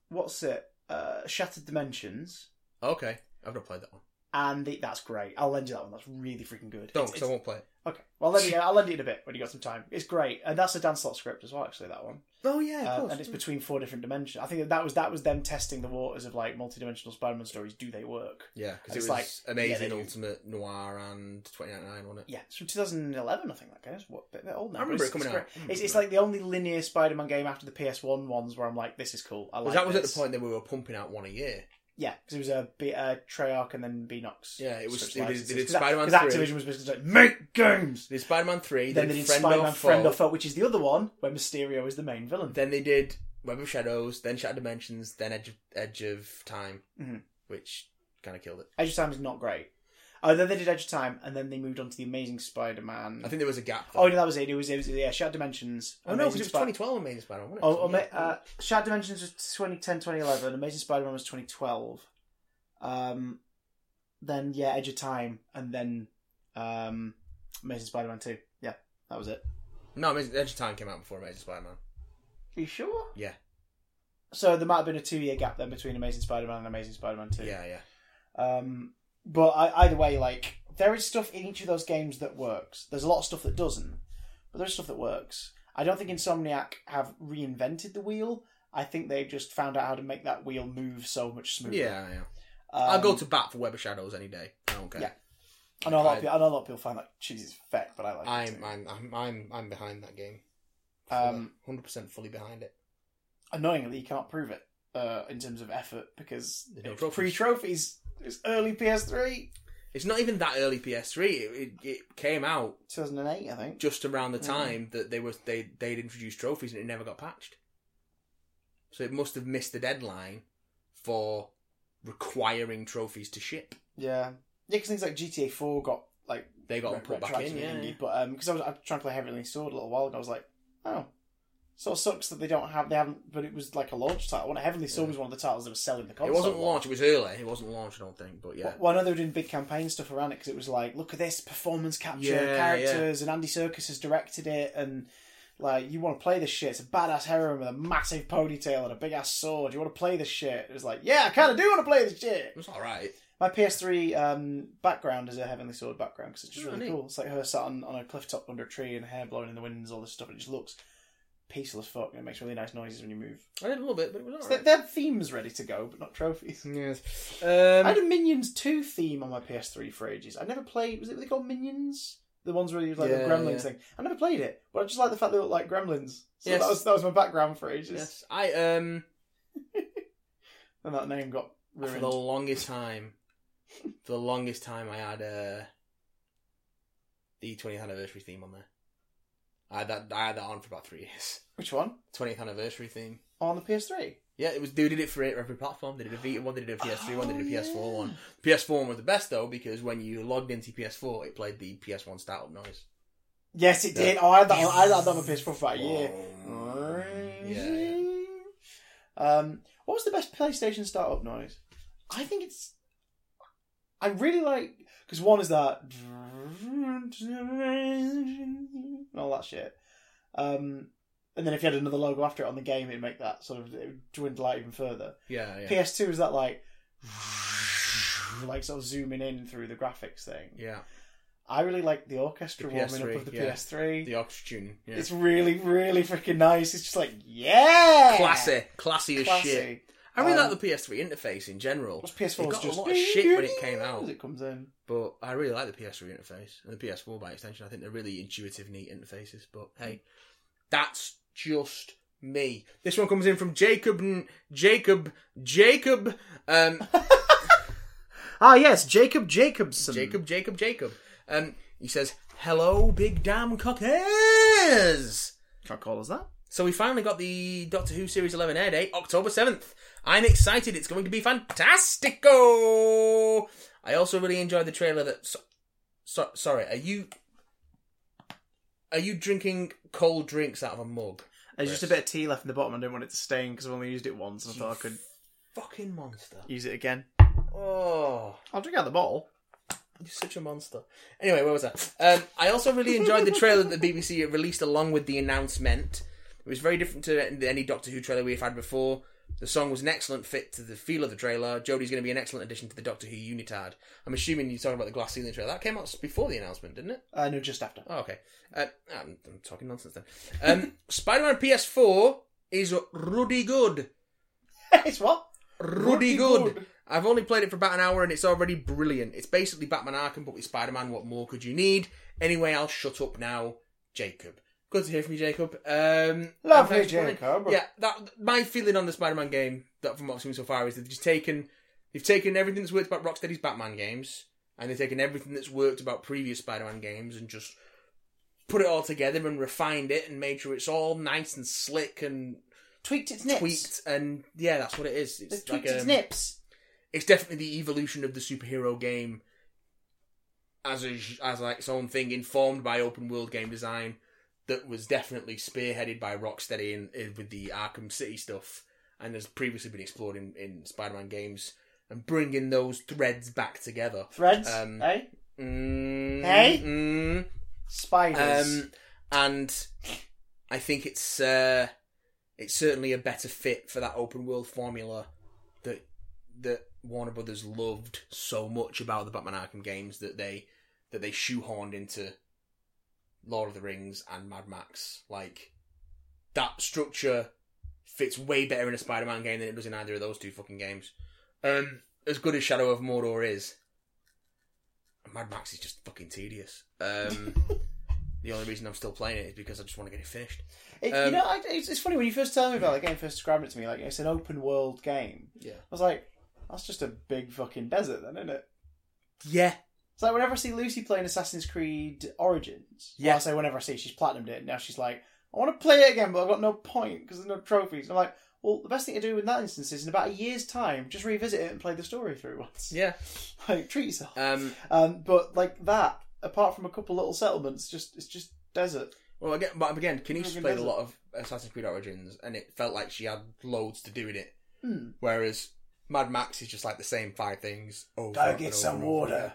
B: what's it? Uh, Shattered Dimensions,
A: okay. I've not played that one.
B: and the, that's great. I'll lend you that one. That's really freaking good.
A: Don't,
B: It's-
A: 'cause I
B: it's-
A: won't play it.
B: okay. Well, let me. I'll lend you in a bit when you got some time. It's great, and that's a Dan Slott script as well. Actually, that one,
A: Oh yeah,
B: Um, and it's between four different dimensions. I think that, that was that was them testing the waters of like multi-dimensional Spider-Man stories. Do they work?
A: yeah,
B: it's
A: because it was
B: like- yeah, they
A: amazing
B: do.
A: Ultimate Noir and Twenty Nine Nine, wasn't it?
B: Yeah, it's from 2011, I think that goes. What bit, bit old now?
A: I remember
B: but
A: it coming
B: it's
A: out.
B: great. It's, it's like the only linear Spider-Man game after the PS1 ones where I'm like, this is cool. I like
A: Because that was at
B: this.
A: the point that we were pumping out one a year.
B: Yeah, because it was a B, uh, Treyarch and then Beanox.
A: Yeah, it was-
B: Switched
A: they did- they
B: licenses.
A: did
B: 'Cause that-
A: Spider-Man
B: 'cause
A: 3.
B: Activision was basically like, make games!
A: They did Spider Man Three,
B: Then they did
A: Friend
B: Spider-Man
A: off,
B: Friend or
A: Fall,
B: Foe, which is the other one where Mysterio is the main villain.
A: then they did Web of Shadows, then Shattered Dimensions, then Edge of Edge of Time,
B: Mhm.
A: which kind of killed it.
B: Edge of Time is not great. Oh, then they did Edge of Time, and then they moved on to The Amazing Spider-Man.
A: I think there was a gap. There.
B: Oh, no, that was it. It was, it was yeah, Shattered Dimensions.
A: Oh, no, because
B: Amazing
A: it was
B: Spi-
A: 2012 Amazing Spider Man.
B: Oh, Ama- uh, Shattered Dimensions was 2010, 2011. Amazing Spider-Man was 2012. Um, then yeah, Edge of Time, and then um, Amazing Spider-Man 2. Yeah, that was it.
A: no, Amazing Edge of Time came out before Amazing Spider Man.
B: Are you sure?
A: Yeah.
B: So there might have been a two-year gap then between Amazing Spider-Man and Amazing Spider-Man 2.
A: Yeah, yeah.
B: Um, but I, either way, like there is stuff in each of those games that works. There's a lot of stuff that doesn't, but there's stuff that works. I don't think Insomniac have reinvented the wheel. I think they've just found out how to make that wheel move so much smoother.
A: Yeah, yeah.
B: Um,
A: I'll go to bat for Web of Shadows any day. I don't care.
B: Yeah. I know a lot
A: I-
B: of people. I know a lot of people find that cheesy as feck, but I like. it
A: I'm,
B: too.
A: I'm, I'm, I'm, I'm behind that game.
B: Um,
A: hundred percent fully behind it.
B: annoyingly, you can't prove it uh, in terms of effort because
A: There's no
B: it's
A: trophies.
B: pre-trophies. It's early PS3,
A: It's not even that early PS3. It, it, it came out
B: 2008, I think.
A: just around the
B: Mm.
A: time that they was they they'd introduced trophies and it never got patched. So it must have missed the deadline for requiring trophies to ship.
B: Yeah, yeah, because things like GTA 4 got like
A: They got them
B: re-
A: put back in.
B: retroactively
A: Yeah,
B: indeed, But because I was, I was trying to play Heavenly Sword a little while ago, I was like, oh, sort of sucks that they don't have they haven't. But it was like a launch title. When Heavenly Sword
A: Yeah.
B: was one of the titles that was selling the console.
A: it wasn't
B: a lot.
A: launched. It was early. It wasn't launched. I don't think. But yeah,
B: Well, well, I know they were doing big campaign stuff around it because it was like, look at this performance capture
A: Yeah,
B: characters, and Andy Serkis has directed it, and like you want to play this shit. It's a badass heroine with a massive ponytail and a big ass sword. You want to play this shit? It was like, yeah, I kind of do want to play this shit.
A: it was all right.
B: My PS3 um, background is a Heavenly Sword background because it's just
A: Oh,
B: really
A: neat.
B: cool. It's like her sat on, on a cliff top under a tree and hair blowing in the wind and all this stuff. It just looks peaceful as fuck and it makes really nice noises when you move.
A: I did a little bit, but it was
B: So
A: alright.
B: their, their theme's ready to go, but not trophies.
A: Yes.
B: I had
A: Um,
B: a Minions 2 theme on my PS3 for ages. I never played, was it what they called Minions? The ones where you like
A: Yeah,
B: the gremlins
A: yeah.
B: thing. I never played it, but I just like the fact they look like gremlins. So
A: Yes.
B: that, was, that was my background for ages.
A: yes. I um
B: And that name got
A: for
B: ruined.
A: the longest time, for the longest time, I had uh, the 20th anniversary theme on there. I had that. I had that on for about three years.
B: Which one?
A: 20th anniversary theme.
B: On the PS3.
A: Yeah, it was. They did it for every platform. They did a Vita one. They did a PS3 one. They did a
B: Oh,
A: PS4
B: yeah.
A: one. PS4 one was the best though because when you logged into PS4, it played the PS1 startup noise.
B: Yes, it
A: Yeah.
B: did. Oh, I had that. I had that on my PS4 for about a year.
A: Yeah, yeah.
B: Um, what was the best PlayStation startup noise? I think it's. I really like because one is that and all that shit, um, and then if you had another logo after it on the game, it'd make that sort of it would dwindle out even further.
A: Yeah, yeah.
B: PS2 is that like like sort of zooming in through the graphics thing.
A: yeah.
B: I really like the orchestra
A: The
B: warming
A: PS3,
B: up of the
A: yeah.
B: PS3.
A: The orchestra tune. Yeah.
B: It's really, really freaking nice. It's just like, yeah,
A: classy, classy as
B: Classy.
A: shit. I really
B: Um,
A: like the PS3 interface in general,
B: What's PS4
A: It
B: was
A: got a
B: just
A: lot of shit when it came out.
B: As it comes in.
A: but I really like the PS3 interface and the PS4 by extension. I think they're really intuitive, neat interfaces. But hey, that's just me. This one comes in from Jacob, N- Jacob, Jacob, um,
C: Ah, yes, Jacob Jacobson.
A: Jacob, Jacob, Jacob. Um, he says, "Hello, big damn cockers."
C: Can't call us that.
A: So we finally got the Doctor Who Series 11 air date, October 7th. I'm excited. It's going to be fantastico. I also really enjoyed the trailer that so, so, sorry, are you are you drinking cold drinks out of a mug?
C: There's just a bit of tea left in the bottom. I didn't want it to stain because I've only used it once, and I
A: You
C: thought I could
A: fucking monster.
C: use it again.
A: Oh,
C: I'll drink out the bottle.
A: you're such a monster. Anyway, where was I? Um, I also really enjoyed the trailer that the BBC released along with the announcement. It was very different to any Doctor Who trailer we've had before. The song was an excellent fit to the feel of the trailer. Jodie's going to be an excellent addition to the Doctor Who unitard. I'm assuming you're talking about the glass ceiling trailer. That came out before the announcement, didn't it?
B: Uh, no, just
C: <laughs>
B: after.
A: Oh, okay. Uh, I'm, I'm talking nonsense then. Um, <laughs> Spider-Man PS4 is ruddy good.
B: it's what?
A: Ruddy
B: Ruddy
A: good.
B: good.
A: I've only played it for about an hour and it's already brilliant. It's basically Batman Arkham, but with Spider-Man. What more could you need? Anyway, I'll shut up now, Jacob. Good to hear from you, Jacob. Um, and
B: Lovely,
A: thanks for calling.
B: Jacob.
A: Yeah, that my feeling on the Spider-Man game that from what I've seen so far is they've just taken they've taken everything that's worked about Rocksteady's Batman games and they've taken everything that's worked about previous Spider-Man games and just put it all together and refined it and made sure it's all nice and slick and
B: Tweaked its nips.
A: tweaked and yeah, that's what it is.
B: They
A: It's
B: tweaked
A: like
B: its
A: um,
B: nips.
A: it's definitely the evolution of the superhero game as a j- as like its own thing, informed by open world game design that was definitely spearheaded by Rocksteady in, in- with the Arkham City stuff, and has previously been explored in, in Spider Man games, and bringing those threads back together.
B: Threads.
A: Um,
B: eh?
A: Mm,
B: Hey?
A: mm.
B: Spiders.
A: Um, and I think it's uh, it's certainly a better fit for that open world formula that that Warner Brothers loved so much about the Batman Arkham games that they that they shoehorned into Lord of the Rings and Mad Max. Like that structure fits way better in a Spider-Man game than it does in either of those two fucking games. Um, as good as Shadow of Mordor is, Mad Max is just fucking tedious. Um, the only reason I'm still playing it is because I just want to get it finished.
B: It- you
A: um,
B: know, I, it's, it's funny when you first tell me about the game, first described it to me, like it's an open world game.
A: Yeah.
B: I was like, that's just a big fucking desert, then, isn't it?
A: Yeah.
B: It's like whenever I see Lucy playing Assassin's Creed Origins, yeah.
A: Yeah.
B: I say whenever I see she's platinumed it, now she's like, I want to play it again, but I've got no point because there's no trophies. And I'm like, well, the best thing to do in that instance is in about a year's time, just revisit it and play the story through once.
A: Yeah.
B: <laughs> Like, treat yourself.
A: Um,
B: Um, but like that, apart from a couple little settlements, just it's just desert.
A: well, again, but again, Kinesis
B: Fucking
A: played a
B: does it.
A: lot of Assassin's Creed Origins, and it felt like she had loads to do in it.
B: Hmm.
A: Whereas Mad Max is just like the same five things. Over and over and over again.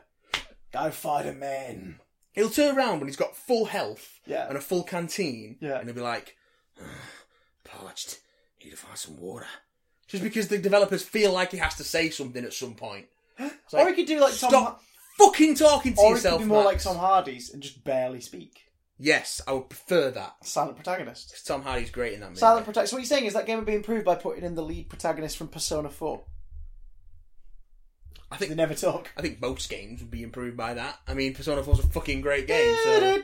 B: Go fight a man.
A: He'll turn around when he's got full health
B: Yeah.
A: and a full canteen,
B: Yeah.
A: and he'll be like, parched, need to find some water. Just because the developers feel like he has to say something at some point. It's
B: or
A: like,
B: he could do like Tom.
A: Stop fucking talking to
B: Or he
A: yourself.
B: could be more
A: Max.
B: like Tom Hardy's and just barely speak.
A: Yes, I would prefer that.
B: Silent protagonist.
A: Tom Hardy's great in that movie.
B: Silent protagonist. So what you're saying is that game would be improved by putting in the lead protagonist from Persona 4.
A: I
B: They
A: think
B: never talk.
A: I think most games would be improved by that. I mean, Persona 4's a fucking great game, so.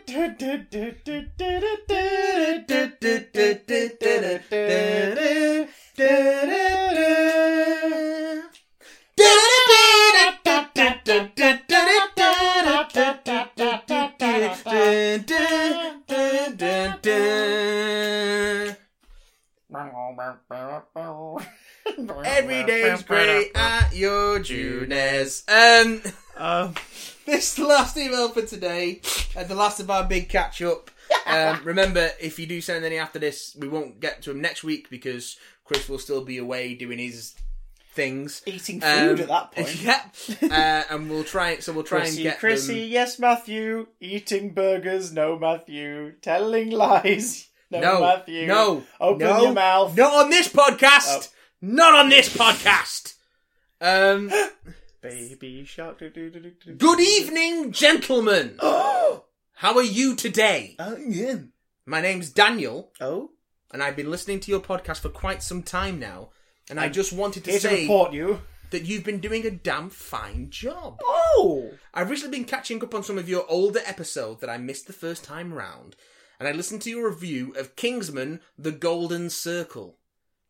A: Every day's great at your Junes. Um,
C: Um,
A: this last email for today, uh, the last of our big catch
B: <laughs>
A: up. Um, remember, if you do send any after this, we won't get to him next week because Chris will still be away doing his things.
B: Eating
A: Um,
B: food at
A: <laughs>
B: that point.
A: Yep. Uh, and we'll try. So we'll try
B: Chrissy,
A: and get
B: Chrissy,
A: them.
B: yes, Matthew. Eating burgers, no, Matthew. Telling lies, no,
A: No,
B: Matthew.
A: no,
B: Open
A: no,
B: your mouth.
A: Not on this podcast.
B: Oh.
A: Not on this podcast. Um,
B: Baby shark. Do, do, do, do,
A: <gasps>
B: do.
A: good evening, gentlemen.
B: Oh,
A: How are you today?
B: yeah.
A: My name's Daniel.
B: Oh.
A: and I've been listening to your podcast for quite some time now, and I just wanted to
B: Here's a
A: say
B: report, you.
A: that you've been doing a damn fine job.
B: Oh.
A: I've recently been catching up on some of your older episodes that I missed the first time round, and I listened to your review of Kingsman The Golden Circle.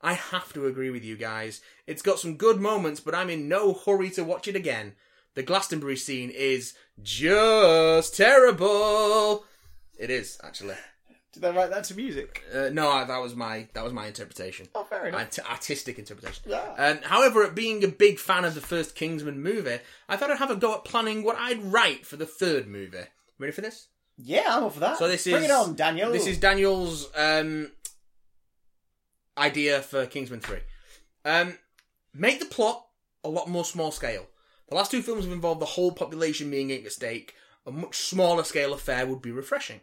A: I have to agree with you guys. It's got some good moments, but I'm in no hurry to watch it again. The Glastonbury scene is just terrible. It is actually.
B: Did they write that to music?
A: Uh, no, I, that was my that was my interpretation.
B: Oh, fair enough.
A: Art- artistic interpretation.
B: Yeah.
A: Um, however, being a big fan of the first Kingsman movie, I thought I'd have a go at planning what I'd write for the third movie. Ready for this?
B: yeah, I'm up for that.
A: So this
B: Bring
A: is
B: it on, Daniel.
A: This is Daniel's um, idea for Kingsman Three. Um, make the plot a lot more small scale. The last two films have involved the whole population being at stake. A much smaller scale affair would be refreshing.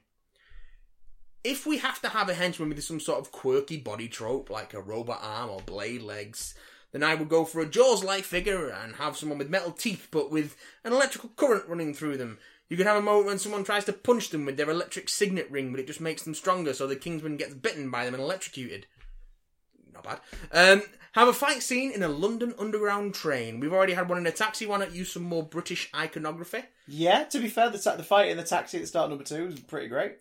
A: If we have to have a henchman with some sort of quirky body trope, like a robot arm or blade legs, then I would go for a Jaws like figure and have someone with metal teeth but with an electrical current running through them. You could have a moment when someone tries to punch them with their electric signet ring, but it just makes them stronger, so the Kingsman gets bitten by them and electrocuted. Not bad. Um, have a fight scene in a London Underground train. We've already had one in a taxi. Why not use some more British iconography?
B: Yeah, to be fair, the, ta- the fight in the taxi at the start of number two was pretty great.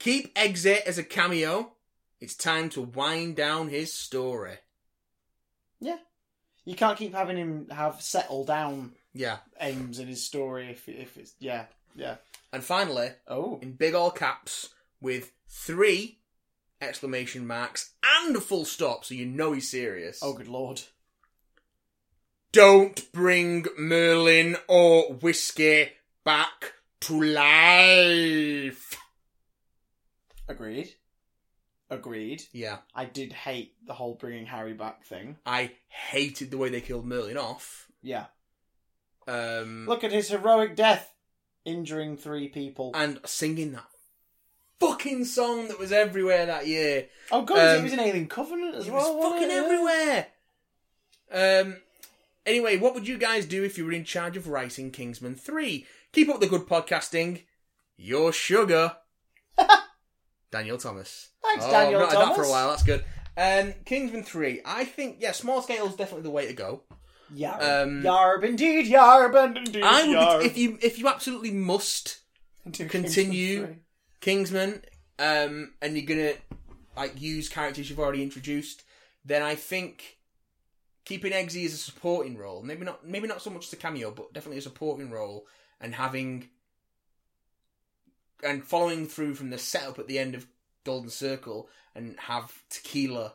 A: Keep Exit as a cameo. It's time to wind down his story.
B: You can't keep having him have settle down
A: Yeah.
B: aims in his story if if it's yeah yeah
A: And finally,
B: oh
A: in big all caps with three exclamation marks and a full stop, so you know he's serious.
B: oh good lord
A: Don't bring Merlin or whiskey back to life.
B: agreed agreed.
A: Yeah,
B: I did hate the whole bringing Harry back thing.
A: I hated the way they killed Merlin off.
B: Yeah,
A: Um,
B: look at his heroic death, injuring three people.
A: and singing that fucking song that was everywhere that year.
B: oh god,
A: um,
B: it was an Alien Covenant as
A: It
B: well.
A: was fucking
B: wasn't it?
A: everywhere. Um. Anyway, what would you guys do if you were in charge of writing Kingsman Three? Keep up the good podcasting. Your
B: <laughs>
A: sugar, Daniel Thomas.
B: Thanks,
A: oh,
B: Daniel
A: I've not had that for a
B: Thomas.
A: while. That's good. Um, Kingsman Three. I think yeah, small scale is definitely the way to go.
B: Yarb,
A: Um,
B: yarb indeed, yarb indeed.
A: I would
B: yarb. <laughs>
A: if you if you absolutely must
B: Do
A: continue-
B: Kingsman three.
A: Kingsman, um, and you're gonna like use characters you've already introduced, then I think keeping Eggsy as a supporting role, maybe not maybe not so much as a cameo, but definitely a supporting role, and having and following through from the setup at the end of Golden Circle, and have Tequila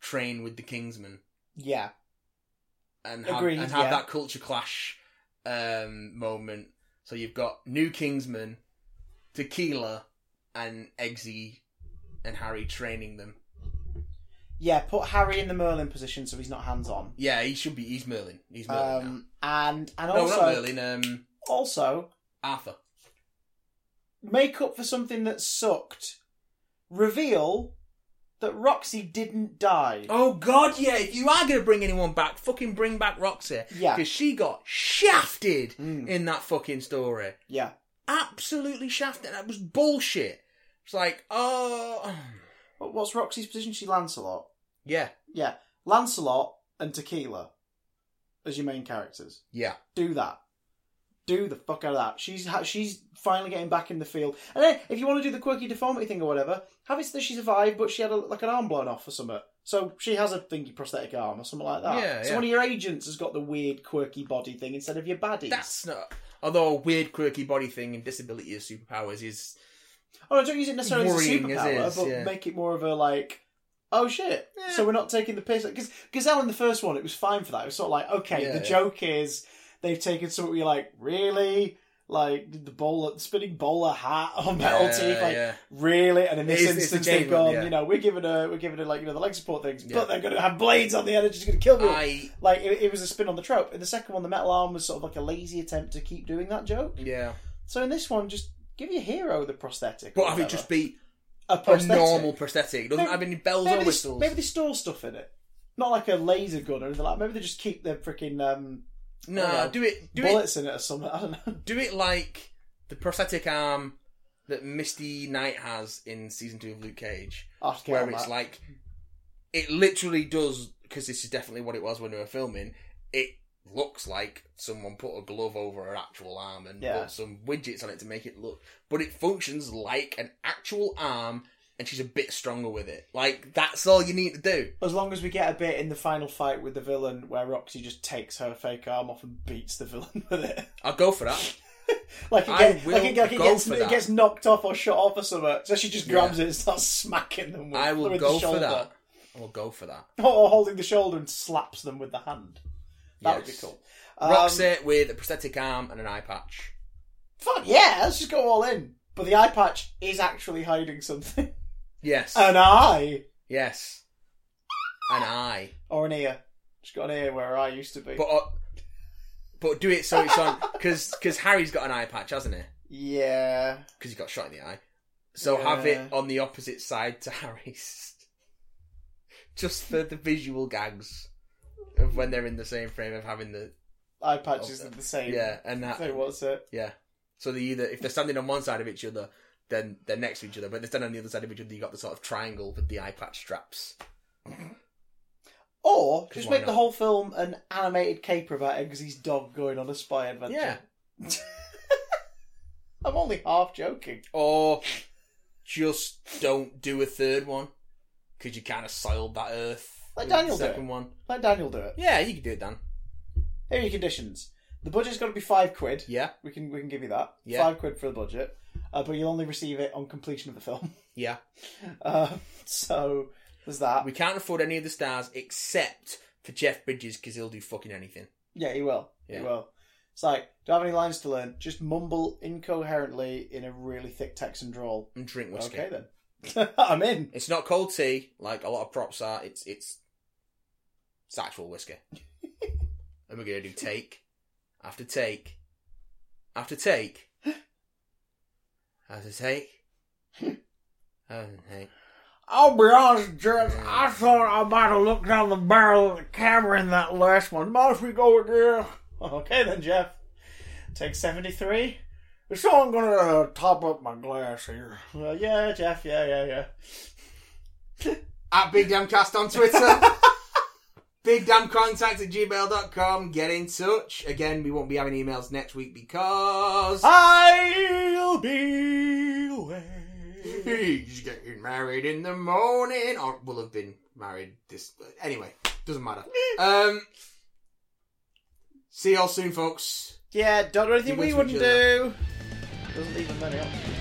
A: train with the Kingsman,
B: Yeah,
A: and have,
B: Agreed,
A: and have
B: yeah.
A: that culture clash um, moment. So you've got new Kingsman, Tequila, and Eggsy and Harry training them.
B: yeah. Put Harry in the Merlin position so he's not hands on.
A: Yeah, he should be. He's Merlin. He's Merlin
B: Um, and and
A: now. No, not
B: also
A: Merlin. Um,
B: also
A: Arthur.
B: make up for something that sucked. Reveal that Roxy didn't die.
A: Oh God, yeah. If you are gonna bring anyone back, fucking bring back Roxy.
B: Yeah.
A: because she got shafted
B: Mm.
A: in that fucking story.
B: Yeah,
A: absolutely shafted. That was bullshit. It's like, oh, <sighs>
B: What- What's Roxy's position? She Lancelot.
A: yeah,
B: Yeah, Lancelot and Tequila as your main characters.
A: yeah,
B: Do that. Do the fuck out of that. She's ha- she's finally getting back in the field. And then if you want to do the quirky deformity thing or whatever, have it so that she survived, but she had a, like an arm blown off or something. So she has a thingy prosthetic arm or something like that.
A: Yeah,
B: so
A: yeah.
B: one of your agents has got the weird quirky body thing instead of your baddies.
A: that's not. Although a weird, quirky body thing and disability as superpowers is
B: Oh, I don't use it necessarily
A: Worrying
B: as
A: as
B: a superpower,
A: is,
B: but
A: yeah.
B: make it more of a like, oh shit.
A: Yeah.
B: So we're not taking the piss because Gazelle in the first one it was fine for that. It was sort of like okay,
A: Yeah,
B: the
A: yeah.
B: joke is they've taken something where you're like really like the bowler the spinning bowler hat on metal
A: Yeah,
B: teeth like
A: yeah.
B: really and in this
A: It's- it's
B: instance
A: the
B: they've
A: game one,
B: gone
A: yeah.
B: you know we're giving her we're giving her like you know the leg support things
A: Yeah.
B: but they're gonna have blades on the end it's just gonna kill me
A: I
B: like it, it was a spin on the trope in the second one the metal arm was sort of like a lazy attempt to keep doing that joke
A: yeah.
B: so in this one just give your hero the prosthetic or
A: But have it
B: whatever
A: just be
B: a
A: a
B: prosthetic.
A: normal prosthetic. It doesn't
B: Maybe-
A: have any bells or
B: Maybe they, s-
A: whistles.
B: maybe they store stuff in it. Not like a laser gun or anything like. Maybe they just keep their freaking um,
A: Nah,
B: Oh,
A: do it. Do it.
B: bullets in it or something. <laughs> I don't know.
A: Do it like the prosthetic arm that Misty Knight has in season two of Luke Cage.
B: I'll have to get
A: where
B: on
A: it's
B: that.
A: like it literally does because this is definitely what it was when we were filming. It looks like someone put a glove over her actual arm and
B: Yeah.
A: put some widgets on it to make it look, but it functions like an actual arm, and she's a bit stronger with it. Like that's all you need to do.
B: as long as we get a bit in the final fight with the villain where Roxy just takes her fake arm off and beats the villain <laughs> with it.
A: I'll go for that.
B: Like it,
A: I
B: get,
A: will
B: like it, like it
A: go
B: gets
A: for
B: it
A: that.
B: gets knocked off or shot off or something. So she just
A: Yeah.
B: grabs it and starts smacking them. With,
A: I will
B: with
A: go
B: the
A: for
B: shoulder.
A: that. I will go for that.
B: <laughs> Or holding the shoulder and slaps them with the hand. That would be
A: Yes.
B: cool. Um,
A: Roxy with a prosthetic arm and an eye patch.
B: Fuck yeah, let's just go all in. But the eye patch is actually
A: <laughs>
B: hiding something.
A: Yes.
B: An eye.
A: yes. An eye.
B: Or an ear. She's got an ear where her eye used to be.
A: But uh, but do it so it's on because because Harry's got an eye patch, hasn't he?
B: yeah.
A: Because he got shot in the eye. So have
B: Yeah.
A: it on the opposite side to <laughs> Harry's, just for the visual gags of when they're in the same frame of having the
B: Eye patch is the same.
A: yeah and that
B: So what's it?
A: yeah. So they either if they're standing on one side of each other, then they're next to each other. But if they're standing on the other side of each other, you got the sort of triangle with the eye patch straps.
B: Or
A: 'Cause
B: just
A: why
B: make the
A: not?
B: whole film an animated caper about Eggsy's dog going on a spy adventure.
A: Yeah.
B: <laughs> I'm only half joking.
A: Or just don't do a third one because you kind of soiled that Earth.
B: Let
A: with the
B: Daniel do
A: second one.
B: Let Daniel do it.
A: Yeah, you can do it, Dan.
B: Here are your conditions. The budget's got to be five quid.
A: Yeah,
B: We can we can give you that.
A: Yeah.
B: Five quid for the budget, uh, but you'll only receive it on completion of the film. <laughs>
A: yeah.
B: Uh, so there's that.
A: We can't afford any of the stars except for Jeff Bridges because he'll do fucking anything.
B: Yeah, he will. He
A: Yeah.
B: will. It's like, do I have any lines to learn? Just mumble incoherently in a really thick Texan drawl.
A: And drink whiskey.
B: Okay then, <laughs> I'm in.
A: It's not cold tea like a lot of props are. It's it's, it's actual whiskey. and we're gonna do take after take after take after take after take.
C: I'll be honest, Jeff. I thought I might have looked down the barrel of the camera in that last one. Must we go again? <laughs>
B: Okay then, Jeff. Take seventy-three.
C: So I'm gonna uh, top up my glass here. Uh,
B: Well, yeah, Jeff. Yeah, yeah, yeah.
A: at Big Damn Cast on Twitter. Big Damn Contact at gmail.com. Get in touch. Again, we won't be having emails next week because.
B: Ah. I'll be away.
A: He's getting married in the morning. Or will have been married this. Anyway, doesn't matter. Um, see y'all soon, folks.
B: Yeah, don't do anything
A: You
B: we
A: went
B: wouldn't
A: to each
B: do. Doesn't leave them many options.